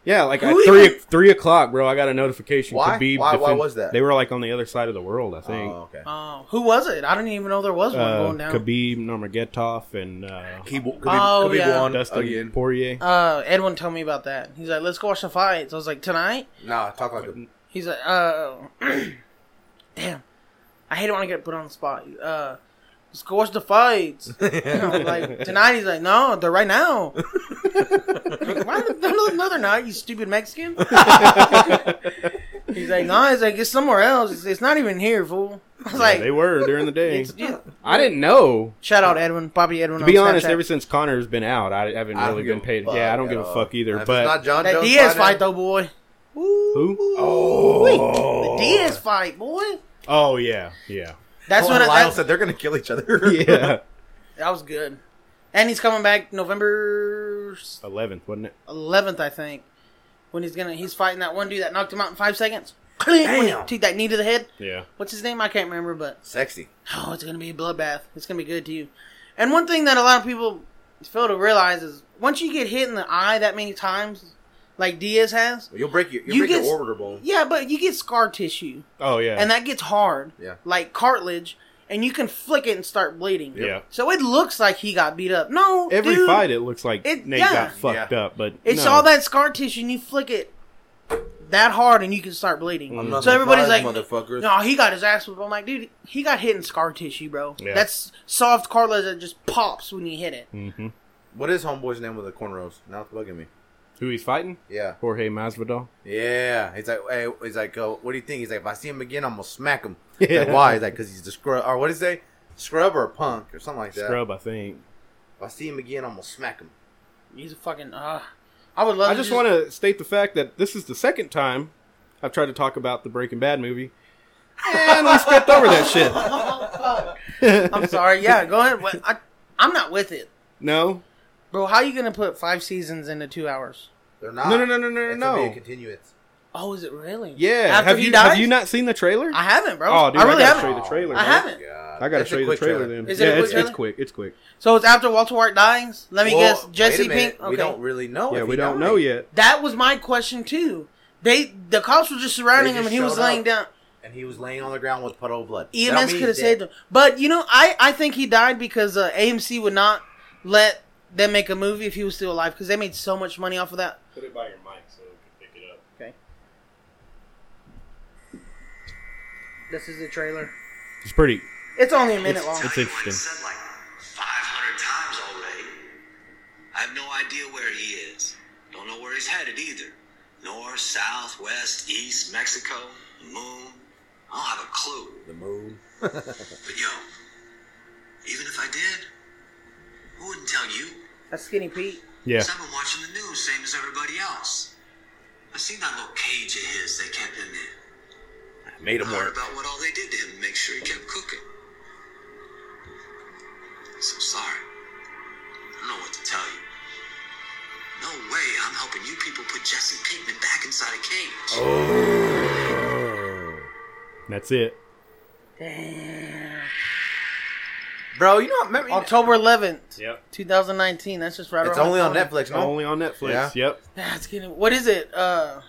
yeah, like at Who three even- three o'clock, bro. I got a notification. Why? Khabib Why- why was that? They were like on the other side of the world, I think. Oh, okay. Oh, who was it? I didn't even know there was one uh, going down. Khabib Nurmagomedov and uh, He, could be, Oh, could be yeah. one Dustin again. Poirier. Uh, Edwin told me about that. He's like, "Let's go watch the fights." I was like, "Tonight?" Nah, talk like a He's like, "Uh, damn, I hate it when I get put on the spot." Uh, let's go watch the fights. And I'm like tonight, he's like, no, they're right now. Like, Why the- another- another night? You stupid Mexican. he's like, no, he's like, it's somewhere else. It's, it's not even here, fool. I was Yeah, like, they were during the day. it's- yeah. I didn't know. shout out Edwin, Poppy Edwin. To on be honest, Snapchat. ever since Connor's been out, I haven't I don't really give been a paid. fuck Yeah, I don't at give a all. fuck either. If it's But not John that Jones Diaz fight, fight though, boy. who? Oh, The Diaz fight, boy. Oh yeah, yeah, That's That's when when Lyle I, that, said they're gonna kill each other. yeah. that was good. And he's coming back November Eleventh, wasn't it? 11th, I think, when he's gonna he's fighting that one dude that knocked him out in five seconds. Damn. Take that knee to the head. Yeah. What's his name? I can't remember, but Sexy. oh, it's gonna be a bloodbath. It's gonna be good to you. And one thing that a lot of people fail to realize is once you get hit in the eye that many times, like Diaz has, You'll break your you'll You break get- your orbital bone. yeah, but you get scar tissue, Oh yeah. and that gets hard, Yeah. like cartilage, and you can flick it and start bleeding. Yeah. So it looks like he got beat up. No, Every dude, fight, it looks like It- Nate yeah. got fucked Yeah. up, but It's no. all that scar tissue, and you flick it that hard, and you can start bleeding. Mm. I'm not So everybody's like, surprised, motherfuckers. No, he got his ass whipped. I'm like, dude, he got hit in scar tissue, bro. Yeah. That's soft cartilage that just pops when you hit it. Mhm. What is homeboy's name with the cornrows? Now it's bugging me. Who he's fighting? Yeah, Jorge Masvidal. yeah. He's like, hey, he's like, uh, what do you think? He's like, if I see him again, I'm gonna smack him. He's like, why? He's like, because he's the scrub, or what did he say? Scrub or a punk or something like that. Scrub, I think. If I see him again, I'm gonna smack him. He's a fucking. Uh, I would love. I just want to state the fact that this is the second time I've tried to talk about the Breaking Bad movie, and we skipped over that shit. I'm sorry. Yeah, go ahead. But I, I'm not with it, No, bro. How you gonna put five seasons into two hours? They're not. No, no, no, no, no, It's no, gonna be no. a continuance. Oh, is it really? yeah. After have he you dies, have you not seen the trailer? I haven't, bro. Oh, dude, I I really gotta haven't. show you the trailer, I man. haven't. God. I gotta It's a show you the quick trailer, then. Is it yeah, a quick it's, it's trailer? quick. It's quick. So it's after Walter White dies. Let me Well, guess. wait Jesse a minute. Pink. Okay. We don't really know. yeah, if we he don't died. know yet. That was my question too. They the cops were just surrounding They him just and he was showed up. laying down. And he was laying on the ground with puddle of blood. That don't EMS mean could have he's saved dead. him, but you know, I I think he died because uh, AMC would not let them make a movie if he was still alive because they made so much money off of that. Put it by your mic so we can pick it up. Okay. This is the trailer. It's pretty. It's only a minute It's- long. it's interesting. Said like 500 times already. I have no idea where he is. Don't know where he's headed either. North, south, west, east, Mexico, the moon. I don't have a clue. The moon. But yo, even if I did, who wouldn't tell you? That's Skinny Pete. Yeah, So I've been watching the news, same as everybody else. I seen that little cage of his they kept him in. Made him I heard work. about what all they did to him to make sure he kept cooking. So sorry. I don't know what to tell you. No way I'm helping you people put Jesse Pinkman back inside a cage. that's it. Bro, you know, remember, October eleventh, Yep. two thousand nineteen. That's just right. it's around only the on corner. Netflix. No? Only on Netflix. Yeah. Yep. That's Skinny. What is it? Uh,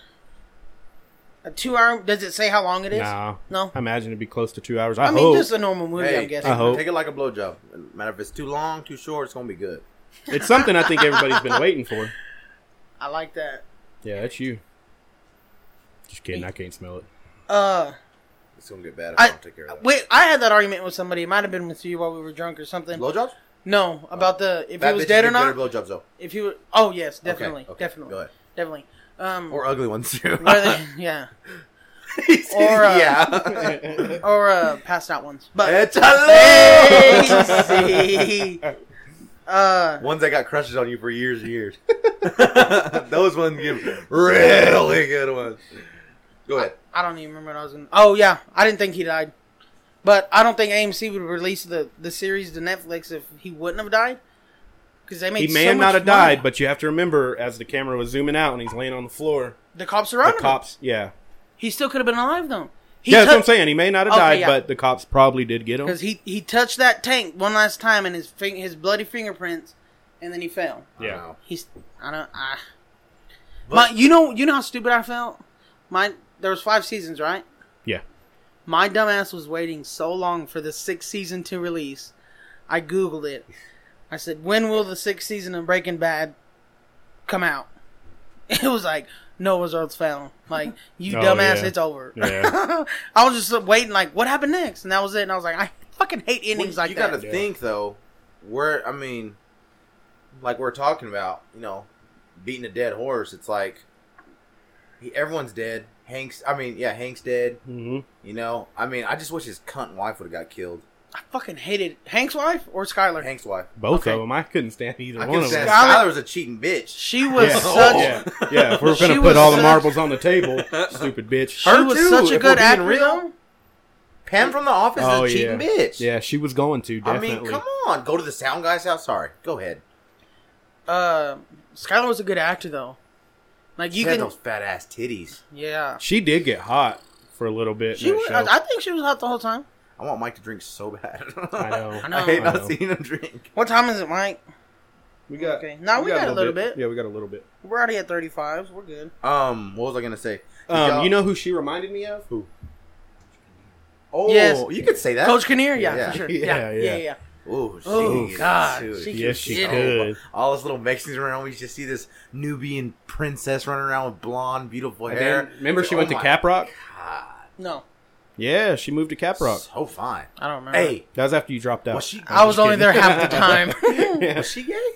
a two-hour? Does it say how long it is? Nah. No. I imagine it'd be close to two hours. I, I mean, hope just a normal movie. Hey, I'm take, guessing. I hope. take it like a blowjob. Matter if it's too long, too short, it's gonna be good. it's something I think everybody's been waiting for. I like that. Yeah, that's you. Just kidding. I can't smell it. Uh, It's gonna get bad if I, I don't take care of that. wait. I had that argument with somebody. It might have been with you while we were drunk or something. blowjobs? No, about the if Fat he was bitches dead or get better not. Blowjobs though, If he was, oh yes, Okay, definitely, okay, definitely, Go ahead. definitely. Um, Or ugly ones too. whether yeah, or, uh, yeah. or uh, passed out ones, but it's a See? uh, Ones that got crushes on you for years and years. Those ones give really good ones. Go ahead. I don't even remember what I was. Gonna, oh yeah, I didn't think he died, but I don't think AMC would release the the series to Netflix if he wouldn't have died. Because they made He may so have not much have died, money. but you have to remember as the camera was zooming out and he's laying on the floor. the cops The surrounded him. cops, yeah, He still could have been alive though. He yeah. That's what I'm took- saying. He may not have Okay, died, yeah. but the cops probably did get him. because he he touched that tank one last time and his fing- his bloody fingerprints, and then he fell. Yeah. Wow. He's I don't I. But- my you know you know how stupid I felt. My there was five seasons right. Yeah, My dumbass was waiting so long for the sixth season to release. I googled it. I said, "When will the sixth season of Breaking Bad come out?" It was like Noah's Earth's found. Like you Oh, dumbass, yeah. it's over. Yeah. I was just waiting, like, what happened next? And that was it. And I was like, I fucking hate Well, endings like you that. gotta Yeah. think though where i mean like we're talking about you know beating a dead horse it's like he, everyone's dead Hank's. I mean, yeah, Hank's dead. Mm-hmm. You know, I mean, I just wish his cunt wife would have got killed. I fucking hated Hank's wife or Skylar. Hank's wife. Both Okay. of them. I couldn't stand either I one can of say them. Skylar- Skylar was a cheating bitch. She was yeah. Oh, such. yeah, yeah. If we're She gonna was put all the such- marbles on the table, stupid bitch. She Her was too, such a if good we're being actor. real. though. Pam from the office Oh, is a cheating yeah. bitch. Yeah, she was going to I mean, definitely. come on. Go to the sound guy's house. Sorry. Go ahead. Uh, Skylar was a good actor though. Like You you she had can, those fat ass titties. yeah. She did get hot for a little bit. She in that was, show. I, I think she was hot the whole time. I want Mike to drink so bad. I know. I know. I hate I not know. seeing him drink. What time is it, Mike? We got. Okay. No, we got a little bit. Yeah, we got a little bit. We're already at thirty five. We're good. Um, what was I gonna say? Um, Y'all- you know who she reminded me of? Who? Oh, Yes. you could say that. Coach Kinnear, yeah, Yeah. for sure. Yeah, Yeah, yeah, yeah. yeah. Oh, she Oh, is God. too- She Yes, she Yeah. could. All those little Mexicans around, we just see this Nubian princess running around with blonde, beautiful And hair. then, remember, she Oh went to my Cap Rock. God, No, Yeah, she moved to Cap Rock. so fine. I don't remember. Hey, That was after you dropped out. was she? I was just only there kidding. half the time. Yeah. Was she gay?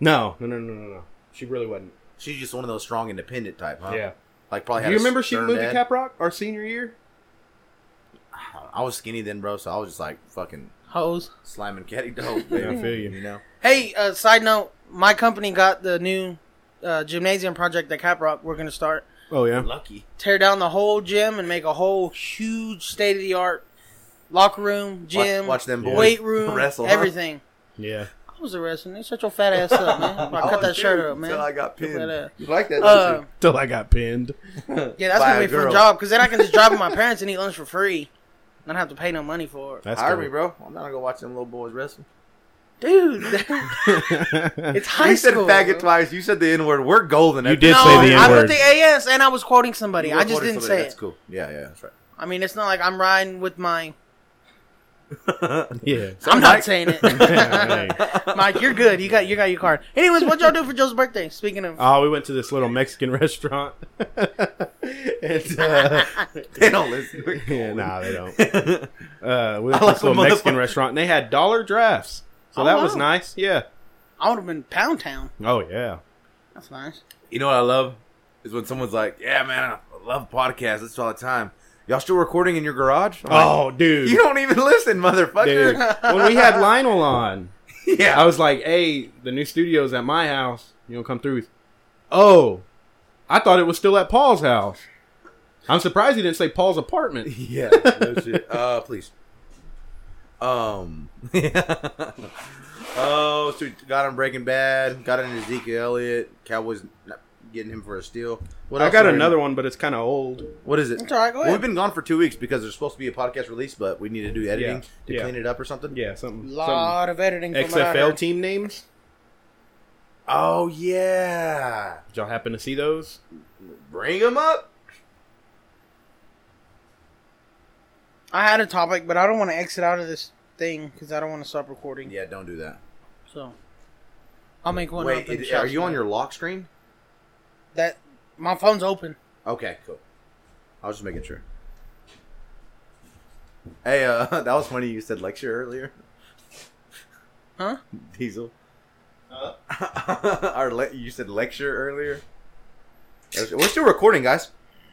No, no, no, no, no, no. She really wasn't. She's just one of those strong, independent type, huh? Yeah. Like probably. Do Had you a remember she stern moved dad. to Cap Rock our senior year? I was skinny then, bro, so I was just like fucking Hose. slamming caddy dope. Yeah, I feel you. You know. Hey, uh, side note, my company got the new uh, gymnasium project that Cap Rock we're gonna start. Oh yeah. Lucky. Tear down the whole gym and make a whole huge state of the art locker room, gym, watch them boys weight room, wrestle, huh? everything. Yeah. I was arresting. They shut your fat ass up, man. Well, I cut that shirt up, man. Oh, Until I got Look at pinned. that. You like that? Uh, don't Till I got pinned. yeah, that's By gonna a be a fun girl. job because then I can just drive with my parents and eat lunch for free, not have to pay no money for it. you? That's Hire me, bro. I'm not gonna go watch them little boys wrestle. Dude, it's high you said school. faggot bro. twice. You said the n word. We're golden. You at did this no, say point. the I N-word. put the AS and I was quoting somebody. You I were just quoting didn't somebody. say That's it. cool. Yeah, yeah, that's right. I mean, it's not like I'm riding with my. yeah. I'm not saying it. Hey. Mike, you're good. You got you got your card. Anyways, what y'all do for Joe's birthday? Speaking Uh, of, Oh, we went to this little Mexican restaurant. and, uh, They don't listen. yeah, nah, they don't. Uh, we went I to like this the little Mexican motherfucker. restaurant, and they had dollar drafts. So Oh, that was wow. nice. Yeah. I would have been Pound Town. Oh, yeah. That's nice. You know what I love is when someone's like, "Yeah, man, I love podcasts. Listen all the time. Y'all still recording in your garage? I'm like, Oh, dude. you don't even listen, dude. motherfucker. when we had Lionel on, I yeah, was like, hey, the new studio's at my house. You know, come through. Oh, I thought it was still at Paul's house. I'm surprised he didn't say Paul's apartment. yeah. No shit. Uh, please. Um. oh, so we got him Breaking Bad. Got him Ezekiel Elliott. Cowboys not getting him for a steal. What I else got are we- another one, but it's kind of old. What is it? It's all right. Go Well, we've ahead. been gone for two weeks because there's supposed to be a podcast release, but we need to do editing Yeah. to Yeah. clean it up or something. Yeah, something. lot of editing. something. from what I XFL heard. team names. Oh yeah, Did y'all happen to see those? bring him up. I had a topic, but I don't want to exit out of this thing because I don't want to stop recording. Yeah, don't do that. So I'll make one. Wait, up and it- shout are you it on out. your lock screen? that? My phone's open. Okay, cool. I was just making sure. Hey, uh, that was funny. You said lecture earlier, Huh? Diesel. Our le- you said lecture earlier. We're still recording, guys.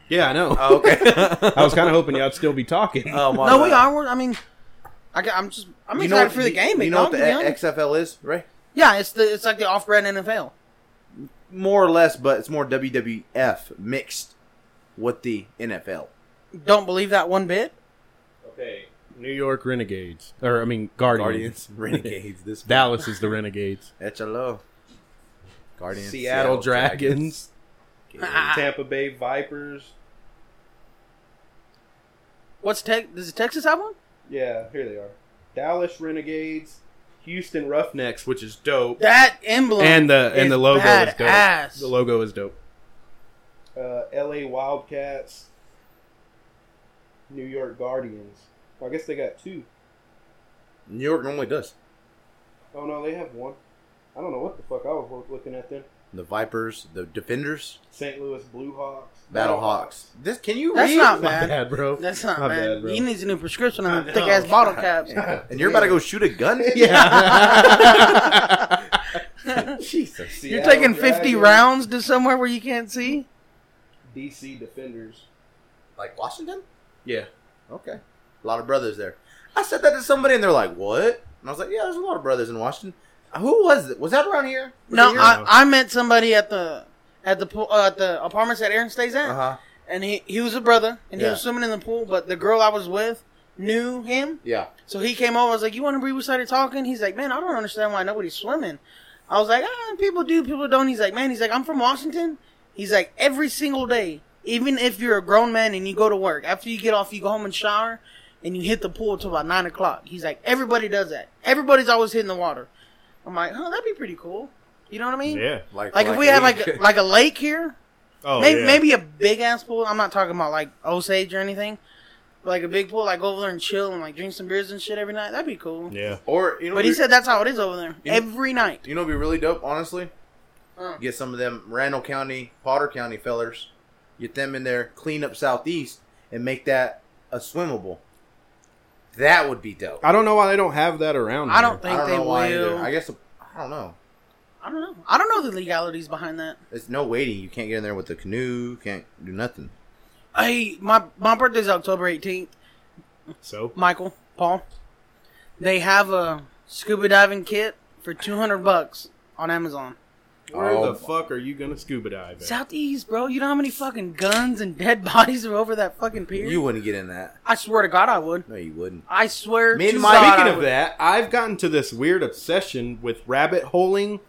Yeah, I know. Oh, okay. I was kind of hoping y'all'd still be talking. Oh, my No, we bad. are. We're, I mean, I, got- I'm just. I'm You know excited what- for the you- game. You know what the the X- XFL is, right? Yeah, it's the it's like the off-brand NFL. More or less, but it's more WWF mixed with the NFL. Don't believe that one bit. Okay. New York Renegades, or I mean Guardians. Guardians, Renegades, this Dallas is the Renegades. HLO. Guardians, Seattle, Dragons. Dragons. Tampa Bay Vipers. What's Tex? Does Texas have one? Yeah, here they are. Dallas Renegades. Houston Roughnecks, which is dope. That emblem And the and is the logo is dope. badass. The logo is dope. Uh, L.A. Wildcats. New York Guardians. Well, I guess they got two. New York normally does. Oh no, they have one. I don't know what the fuck I was looking at then. The Vipers, the Defenders, St. Louis Blue Hawks. Battlehawks. This can you That's read? not My bad. bad, bro. That's not My bad. bad, bro. he needs a new prescription on I thick ass know. bottle caps. And you're about to go shoot a gun? yeah. Jesus. You're taking 50 rounds to somewhere where you can't see? DC Defenders. Like Washington? Yeah. Okay. A lot of brothers there. I said that to somebody and they're like, what? And I was like, yeah, there's a lot of brothers in Washington. Uh, Who was it? Was that around here? Was No, uh, it I, I met somebody at the at the pool, uh, at the apartments that Aaron stays at, Uh huh. and he he was a brother, and he was Yeah. swimming in the pool. But the girl I was with knew him, Yeah. so he came over. I was like, "You want to breathe?" We started talking. He's like, "Man, I don't understand why nobody's swimming." I was like, "Ah, people do, people don't." He's like, "Man," he's like, "I'm from Washington." He's like, "Every single day, even if you're a grown man and you go to work, after you get off, you go home and shower, and you hit the pool till about nine o'clock." He's like, "Everybody does that. Everybody's always hitting the water." I'm like, "Huh, that'd be pretty cool." You know what I mean? Yeah. Like, Like, if we had like a, like a lake here, Oh, maybe yeah. maybe a big ass pool. I'm not talking about like Osage or anything. But, like a big pool, like go over there and chill and like drink some beers and shit every night. That'd be cool. Yeah. Or, you know, But he we- said that's how it is over there You- every night. You know, it'd be really dope, honestly. Mm. Get some of them Randall County, Potter County fellers. Get them in there, clean up Southeast, and make that a swimmable. That would be dope. I don't know why they don't have that around. I don't here. think they will. I guess I don't know. I don't know. I don't know the legalities behind that. There's no waiting. You can't get in there with a canoe. Can't do nothing. Hey, my my birthday's October 18th. So Michael, Paul, they have a scuba diving kit for 200 bucks on Amazon. where Oh. the fuck are you gonna scuba dive? At? Southeast, bro. You know how many fucking guns and dead bodies are over that fucking pier? You wouldn't get in that. I swear to God, I would. No, you wouldn't. I swear. Me and to Mike- God, Speaking I of would. that, I've gotten to this weird obsession with rabbit holing,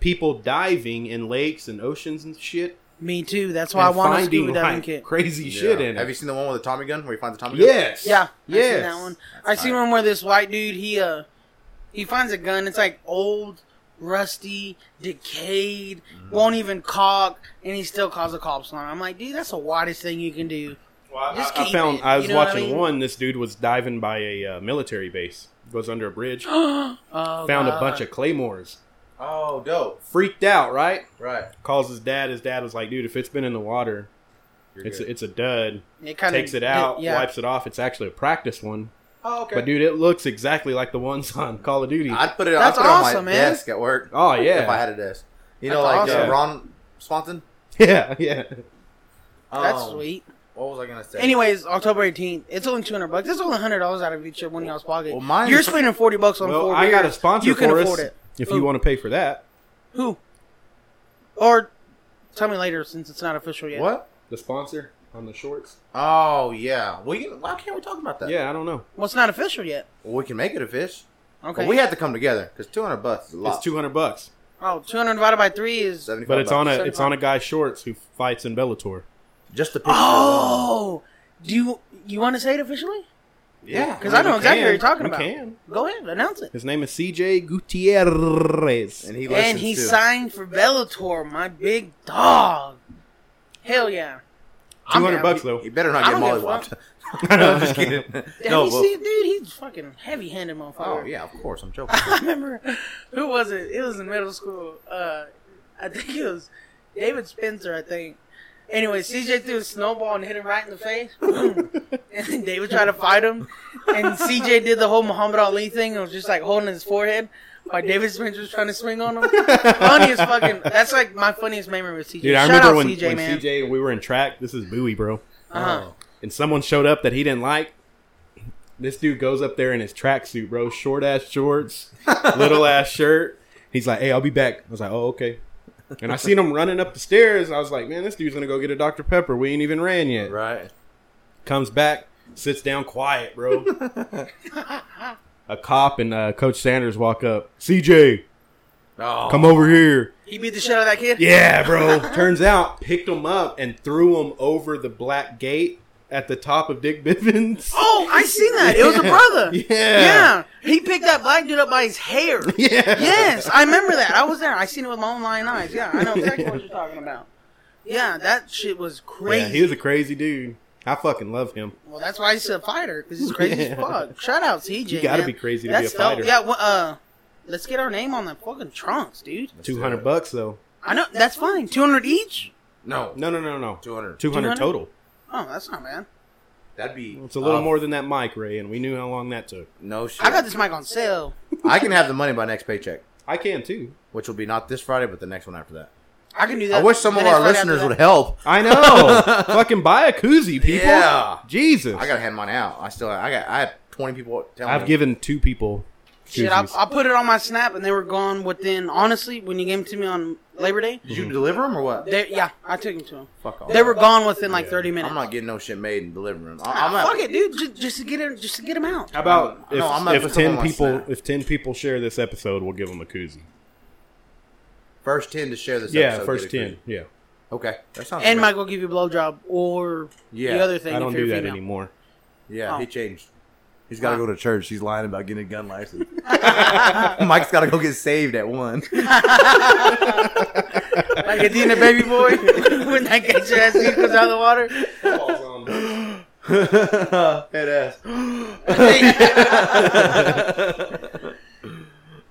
people diving in lakes and oceans and shit. me too. That's why I and want a finding, scuba diving like, kit. Crazy shit Yeah. in Have it. you seen the one with the Tommy gun where you find the Tommy gun? yes. Yeah, I Yes. seen that one. I seen tight. one where this white dude he uh he finds a gun. It's like old, rusty, decayed, Mm-hmm. won't even cock, and he still calls the cops on. him. I'm like, dude, that's the whitest thing you can do. Well, I, Just I- I keep found it, I was you know what I watching mean? one. This dude was diving by a uh, military base. Goes under a bridge. oh, found a bunch of claymores. Oh, dope. Freaked out, right? Right. Calls his dad. His dad was like, "Dude, if it's been in the water, You're it's good. a, it's a dud." It kind Takes it out, wipes it off. It's actually a practice one, oh, okay. but dude, it looks exactly like the ones on Call of Duty. I'd put it. That's I'd put it awesome, on my man. desk at work. oh yeah, If I had a desk, you know, That's like awesome. uh, Ron Swanson. yeah, yeah. That's Oh, Um, sweet. What was I gonna say? Anyways, October 18th. It's only 200 bucks. It's only $100 out of each of one of y'all's pocket. Well, mine- You're spending 40 bucks on Well, four I beers. got a sponsor You can for afford us. it. If Who? you want to pay for that, Who? Or tell me later since it's not official yet. What? the sponsor on the shorts. Oh yeah. We can, why can't we talk about that? Yeah, I don't know. Well, it's not official yet. Well, we can make it a fish. Okay. But we have to come together because two hundred bucks is a lot. It's two hundred bucks, oh, 200 divided by 3 is. 75 but it's on a bucks. it's on a guy's shorts who fights in Bellator. just the picture. alone. Oh! Do you, you want to say it officially? yeah. Because I know We exactly can. what you're talking We about. Can Go ahead, announce it. his name is C.J. Gutierrez? and he listens And he too. signed for Bellator, my big dog. Hell yeah. I'm Two hundred happy. bucks though. You better not I get don't give a mollywopped. I'm just kidding. Have no, you but- seen, dude? He's fucking heavy-handed, motherfucker. oh yeah, of course. I'm joking. I remember who was it? It was in middle school. Uh, I think it was David Spencer. I think. Anyway, CJ threw a snowball and hit him right in the face, and then David tried to fight him, and CJ did the whole Muhammad Ali thing and was just like holding his forehead while David Spencer was trying to swing on him. funniest fucking. That's like my funniest memory with CJ. Dude, I Shout remember out when, CJ when man. CJ and we were in track. This is Bowie, bro. uh-huh. And someone showed up that he didn't like. This dude goes up there in his tracksuit, bro. Short ass shorts, little ass shirt. He's like, hey, I'll be back. I was like, oh, okay. And I seen him running up the stairs. I was like, man, this dude's going to go get a Dr. Pepper. We ain't even ran yet. Oh, Right. Comes back, sits down quiet, bro. a cop and uh, Coach Sanders walk up. CJ, Oh, come over here. He beat the shit out of that kid. Yeah, bro. Turns out, picked him up and threw him over the black gate at the top of Dick Bivens. Oh, I seen that. It was a brother. Yeah. Yeah. He picked that black dude up by his hair. Yeah. Yes, I remember that. I was there. I seen it with my own lying eyes. Yeah, I know exactly what you're talking about. Yeah, that shit was crazy. Yeah, he was a crazy dude. I fucking love him. well, that's why he's a fighter because he's crazy as Yeah. fuck. Shout out CJ. You gotta man. be crazy to That's be a fighter. dope. Yeah. Well, uh, let's get our name on that fucking trunks, dude. Two hundred bucks though. I know that's fine. Two hundred each. No, No, no, no, no. two hundred. Two hundred 200? total. Oh, that's not bad. That'd be. It's a little uh, more than that mic, Ray, and we knew how long that took. No shit. I got this mic on sale. I can have the money by next paycheck, I can too. which will be not this Friday, but the next one after that. I can do that. I wish some the of next our fight after listeners that. would help. I know. Fucking buy a koozie, people. Yeah. Jesus. I gotta hand mine out. I still I got I had twenty people telling I've me. given two people. Shit, I, koozies. I put it on my snap, and they were gone within. Honestly, when you gave them to me on Labor Day, Did you deliver them or what? they, yeah, I took them to them. Fuck off. They were gone within like thirty minutes. I'm not getting no shit made and delivering them. I, Ah, I'm not, fuck it, dude. Just, just to get it, just to get them out. How about No, if, I'm not if putting ten someone on people Snap. if ten people share this episode, we'll give them a koozie. First ten to share this. yeah, episode, first get a ten. cookie. Yeah, Okay, that sounds. And great. Mike will give you a blowjob or Yeah, the other thing. I don't if you're do that female. anymore. yeah, Oh. Ah. he changed. He's got to Wow. go to church. He's lying about getting a gun license. Mike's got to go get saved at one. Like Adina Baby Boy, when that gets your ass comes out of the water. Uh, Head ass.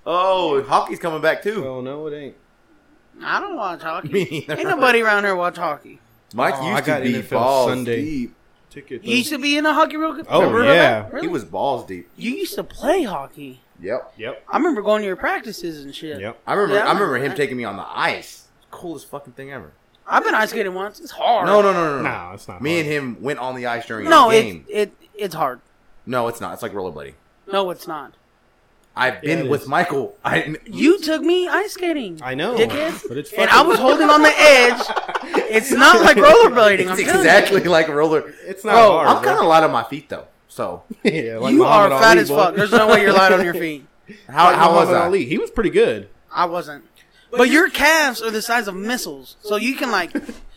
Oh, hockey's coming back too. Oh no, it ain't. I don't watch hockey. Me either. Ain't nobody around here watch hockey. Mike Oh, I used got to be NFL balls Sunday. deep. Ticket. You used to be in a hockey real good. Oh, remember yeah. that? Really? He was balls deep. you used to play hockey. Yep. Yep. I remember going to your practices and shit. Yep. I remember. Yeah, I I remember him remember that. taking me on the ice. Coolest fucking thing ever. I've been ice skating once. It's hard. No, no, no, no, no. No, it's not. Me hard. and him went on the ice during no. the game. It, it it's hard. no, it's not. It's like rollerblading. No, it's not. I've Yeah, been it with is. Michael. I You took me ice skating. I know, dickheads. but it's and I fucking- was holding on the edge. It's not like rollerblading. I'm It's telling exactly like roller. It's not Bro, hard, I'm bro. kind of light on my feet though. So yeah, You, like you are Muhammad fat Ali, as boy. fuck. There's no way you're light on your feet. how, Like how was Muhammad I? Ali? He was pretty good. I wasn't. But your calves are the size of missiles, so you can like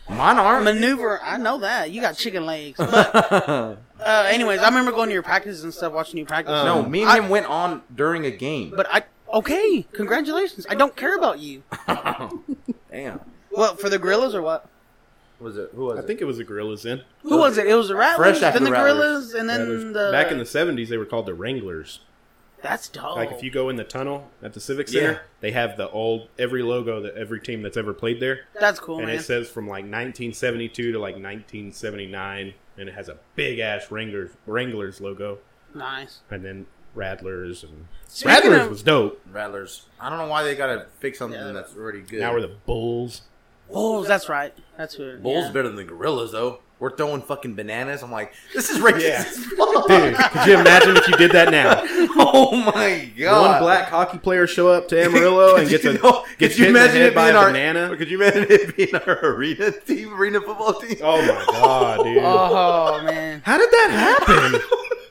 Mine aren't. maneuver. I know that you got chicken legs. But uh, anyways, I remember going to your practices and stuff, watching you practice. Uh-huh. no, Um, me and I- him went on during a game. but I okay. Congratulations. I don't care about you. Damn. What for the gorillas or what? Was it who was I it? think it was the Gorillas then. Who was it? It was the Rattlers, Fresh after then the Rattlers. Gorillas, and then Rattlers. the Back in the '70s, they were called the Wranglers. That's dope. Like if you go in the tunnel at the Civic Yeah. Center, they have the old every logo that every team that's ever played there, That's cool, and Oh, man. it says from like 1972 to like 1979, and it has a big ass Wranglers Wranglers logo, nice. and then Rattlers and Speaking Rattlers of- was dope. Rattlers. I don't know why they gotta fix something Yeah. that's already good. Now we're the Bulls. Bulls. That's right. That's who. Bulls yeah. better than the gorillas though. We're throwing fucking bananas. I'm like, this is racist. Yeah. as fuck. Dude, could you imagine if you did that now? Oh my god. One black hockey player show up to Amarillo and gets a know- gets could you hit in the imagine head it by being a our- banana. Could you imagine it being our arena team, arena football team? Oh my god, dude! Oh man, How did that happen?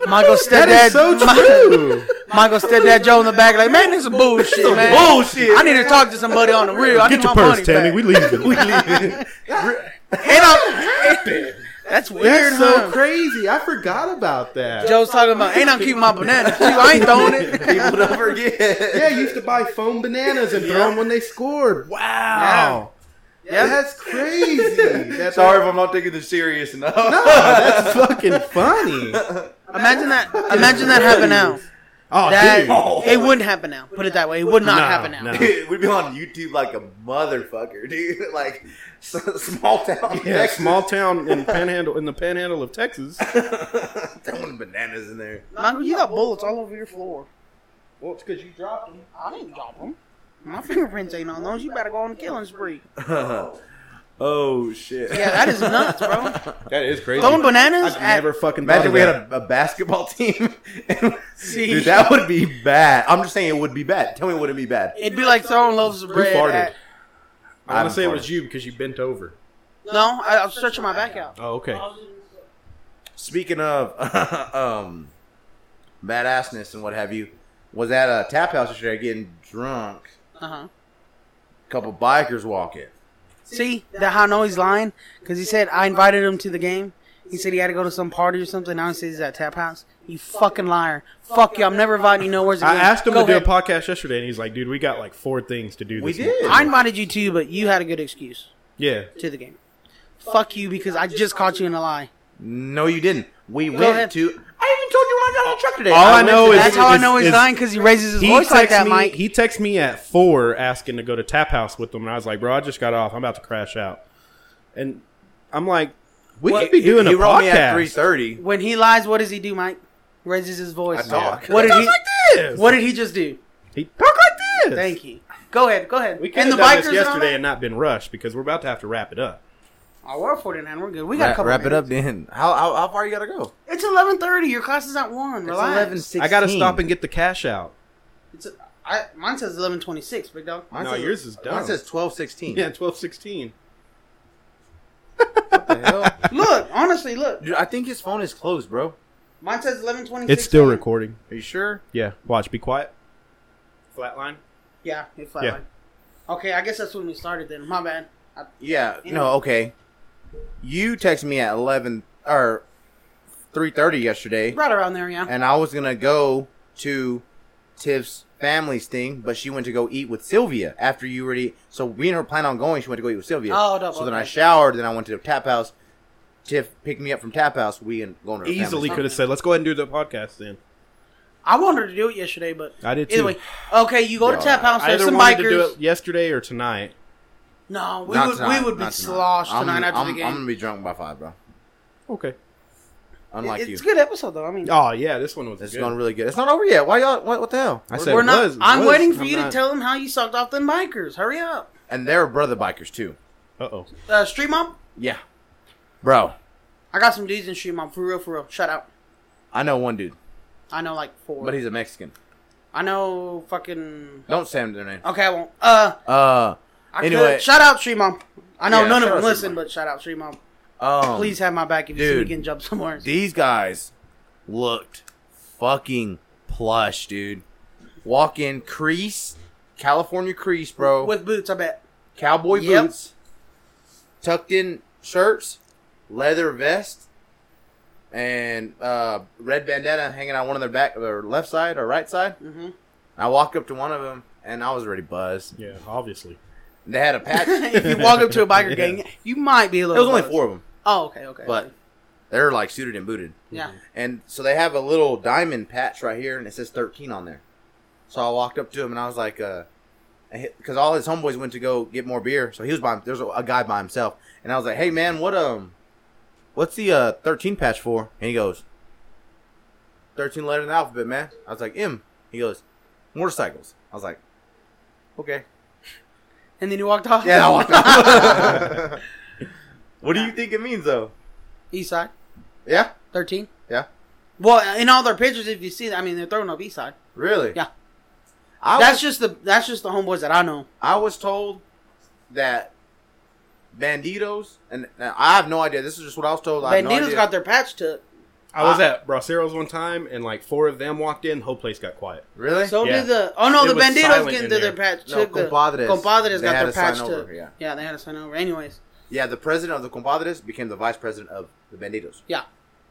Michael that Stepdad. is so true. Michael Stepdad Joe in the back, like man, this is bullshit, man. Oh, Bullshit. I need to talk to somebody on the real. I Get need your my purse, money Tammy. back. We leaving. we And I'm, that's weird. That's huh? so crazy. I forgot about that. Joe's talking about, and I'm keeping my banana too. I ain't throwing it. People don't forget. Yeah, you used to buy foam bananas and throw them when they scored. Wow. Yeah. That's crazy. That's Sorry if I'm not taking this serious enough. No, that's fucking funny. Imagine that. Imagine that happen now. Oh, That Oh. it wouldn't happen now. Put it that way. It would not No, happen now. no. Dude, we'd be on YouTube like a motherfucker, dude. Like s- small town, Yeah, Texas. small town in panhandle in the panhandle of Texas. throwing bananas in there. Michael, you got bullets all over your floor. Well, it's because you dropped them. I didn't drop them. My fingerprints ain't on those. You better go on a killing spree. oh shit! Yeah, that is nuts, bro. That is crazy. Throwing bananas I've at- never fucking thought Imagine of we had that. a, a basketball team. Dude, that would be bad. I'm just saying it would be bad. Tell me, would it be bad? It'd be like throwing loaves of bread. farted? at- I want I'm to say it sorry. was you because you bent over. no, I, I was stretching my back out. Oh, okay. Speaking of um, badassness and what have you, was at a tap house yesterday getting drunk. Uh huh. A couple bikers walking. See, that how I know he's lying because he said I invited him to the game. He said he had to go to some party or something. Now he says he's at tap house. You fucking liar! Fuck you! I'm never inviting you nowhere. I asked him Go to do ahead. a podcast yesterday, and he's like, "Dude, we got like four things to do." This We month." did. I invited you too, but you had a good excuse Yeah. to the game. Fuck you because I just caught you in a lie. No, you didn't. We ahead. went to. I even told you when I got on the truck today. All I went know to- is- That's how I know he's is- lying because he raises his He voice texted like that, me. Mike. He texted me at four asking to go to Tap House with them, and I was like, "Bro, I just got off. I'm about to crash out." And I'm like, "We Well, could be he- doing he a wrote me at podcast." three thirty. when he lies, what does he do, Mike? Raises his voice. I talk. What did he? Like this. What did he just do? He talk like this. Thank you. Go ahead, go ahead. We could have done this yesterday and not been rushed because we're about to have to wrap it up. Oh, we're at 49. We're good. We got a Wrap, couple wrap it minutes. up then. How, how how far you gotta go? It's 11.30. Your class is at 1. Relax. I gotta stop and get the cash out. It's a, I, mine says 11.26, big dog. Mine no, says- yours is done. Mine says twelve sixteen. yeah, twelve sixteen. What the hell? look, honestly, look. Dude, I think his phone is closed, bro. Mine says 11.26. It's still recording. Are you sure? Yeah, watch. Be quiet. Flatline. Yeah, it's Yeah. flatline. Okay, I guess that's when we started then. My bad. I, Yeah. No. Okay. You texted me at eleven or three thirty yesterday, right around there, yeah. and I was gonna go to Tiff's family's thing, but she went to go eat with Sylvia after you already. So we and her planned on going. She went to go eat with Sylvia. Oh, double, So then I okay. showered. Then I went to the tap house. Tiff picked me up from tap house. We and going to her Easily family's. could have said, "Let's go ahead and do the podcast." Then I wanted to do it yesterday, but I did too. either way. Okay, you go to Yeah. Tap House. I There's either Oh, some wanted bikers. to do it yesterday or tonight. No, we Not would tonight, we would be not sloshed tonight I'm, after I'm, the game. I'm gonna be drunk by five, bro. Okay. Unlike it's you. a good episode though. I mean, Oh yeah, this one was It's good. going really good. It's not over yet. Why y'all? What, what the hell? I said we're it not. was, it I'm was. waiting for you not- to tell them how you sucked off them bikers. Hurry up, And they're brother bikers too. Uh-oh. uh, Street Mob. Yeah, bro. I got some dudes in Street Mob for real, for real. Shout out. I know one dude, I know like four. but he's a Mexican. I know fucking. Don't say him their name. Okay, I won't. Uh, Uh, I Anyway. could. shout out Street Mob. I know Yeah, shout none of them out Street listen, Mob. but shout out Street Mob. um, Please have my back if you see me dude. getting jumped somewhere. else. These guys looked fucking plush, dude. Walk in crease, California crease, bro. With boots, I bet. cowboy Yep. boots, tucked in shirts, leather vest, and uh, red bandana hanging on one of their back, or left side or right side. Mhm. I walked up to one of them, and I was already buzzed. Yeah, obviously. They had a patch. it if you walk up to a biker gang, you might be a little. was only buzzed. four of them, Oh, okay, okay. but mm-hmm. okay. they're like suited and booted. yeah. And so they have a little diamond patch right here, and it says 13 on there. So I walked up to him, and I was like, uh, because all his homeboys went to go get more beer, so he was by there's a, a guy by himself, and I was like, hey man, what um, what's the uh 13 patch for? And he goes, 13 letter in the alphabet, man. I was like, M. He goes, motorcycles. I was like, okay. And then you walked off. Yeah, I walked up. what do you think it means though? East side. Yeah, 13? Yeah. Well, in all their pictures, if you see, I mean, they're throwing up East Side. really? Yeah. I that's was- just the that's just the homeboys that I know. I was told that banditos, and now, I have no idea. This is just what I was told. I have no Banditos idea. got their patch took. I was Ah. at Broceros one time, and like four of them walked in. Whole place got quiet. really. So Yeah. did the oh no, It the was banditos silent getting in their, there. patch No, took. the- compadres. compadres They got had to their sign patch over, took. yeah. yeah, they had to sign over. Anyways, yeah, the president of the compadres became the vice president of the banditos yeah,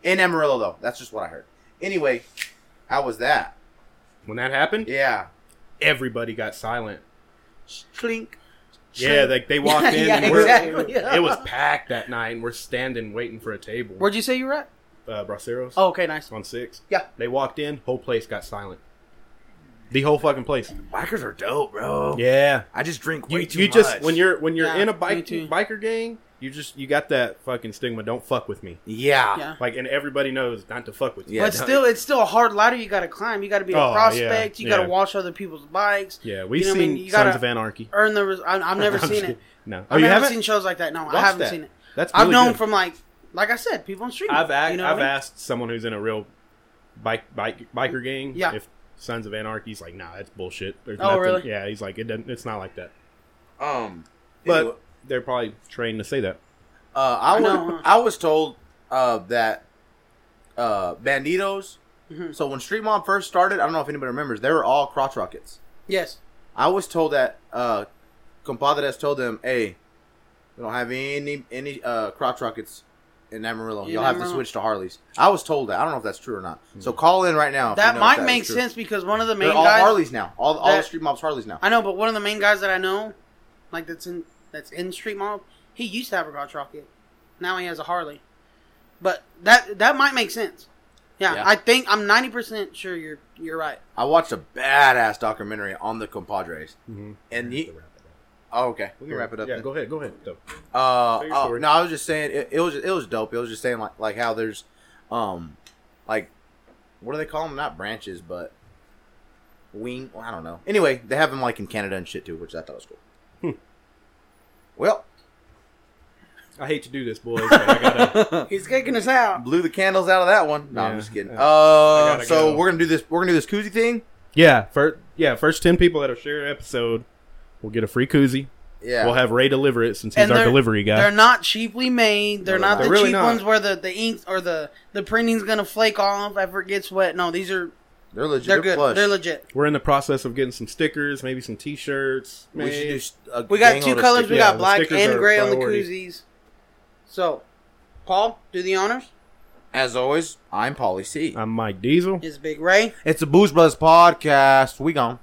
in Amarillo, though. That's just what I heard. Anyway, how was that? When that happened, Yeah. everybody got silent. Clink. Yeah, like they walked in. yeah, and we're, exactly. It was packed that night, and we're standing waiting for a table. Where'd you say you were at? uh, Braceros Oh, okay, nice. on six. Yeah. They walked in. Whole place got silent. The whole fucking place. Bikers are dope, bro. Yeah. I just drink You, way too you much. just when you're when you're Yeah, in a me bike too. biker gang, you just you got that fucking stigma. Don't fuck with me. Yeah. Yeah. Like, and everybody knows not to fuck with you. Yeah, but no. still, it's still a hard ladder you got to climb. You got to be a Oh, yeah, prospect. you got to yeah. wash other people's bikes. Yeah, we've You know what I seen mean? You gotta- Sons of Anarchy. Earn the. Res- I, I've never I'm just seen it. kidding. No, I've never seen shows like that. No, I Watch haven't that. seen it. That's I've really known good. from like, like I said, people on street. I've asked, you know I've what I mean? asked someone who's in a real bike bike biker gang. Yeah. If Sons of Anarchy's like, nah, that's bullshit. There's Oh, nothing. really? Yeah, he's like, it doesn't. It's not like that. Um. But anyway, they're probably trained to say that. uh, I was know, huh? I was told uh, that uh, banditos. Mhm. So when Street Mob first started, I don't know if anybody remembers, they were all crotch rockets. Yes. I was told that uh compadres told them, "Hey, we don't have any any uh crotch rockets in Amarillo. In You'll have to Amarillo. switch to Harleys." I was told that. I don't know if that's true or not. So call in right now. if you That know might if make is true. sense because one of the main They're all guys. Harleys now. All, all the that- street mobs Harleys now. I know, but one of the main guys that I know, like that's in that's in Street Mob, he used to have a Garage Rocket. Now he has a Harley. But that that might make sense. Yeah, Yeah. I think I'm ninety percent sure you're you're right. I watched a badass documentary on the compadres, Mm-hmm. and he. Oh, okay, we can wrap it up. Yeah, then. go ahead. Go ahead. though. Uh, Tell your uh, story. no, I was just saying it, it was it was dope. It was just saying like like how there's, um, like, what do they call them? Not branches, but wing. Well, I don't know. Anyway, they have them like in Canada and shit too, which I thought was cool. Hmm. Well, I hate to do this, boys. But I gotta, He's kicking us out. blew the candles out of that one. No, I'm Yeah. just kidding. Yeah. Uh, gotta so go. we're gonna do this. We're gonna do this koozie thing. yeah, first, yeah, first ten people that'll share an episode will get a free koozie. Yeah, We'll have Ray deliver it since he's And our they're- delivery guy. They're not cheaply made. They're not they're the really cheap not. ones where the, the ink or the, the printing's gonna flake off after it gets wet. No, these are they're legit. they're good. plush. They're legit. We're in the process of getting some stickers, maybe some T-shirts. we should maybe- do. st- a We got gang two load of colors. We stickers. Yeah, got the black stickers and are a gray on the priority. koozies. So, Paul, do the honors. As always, I'm Polly C. Uh. I'm Mike Diesel. Is Big Ray. It's a Booze Brothers podcast. We gone.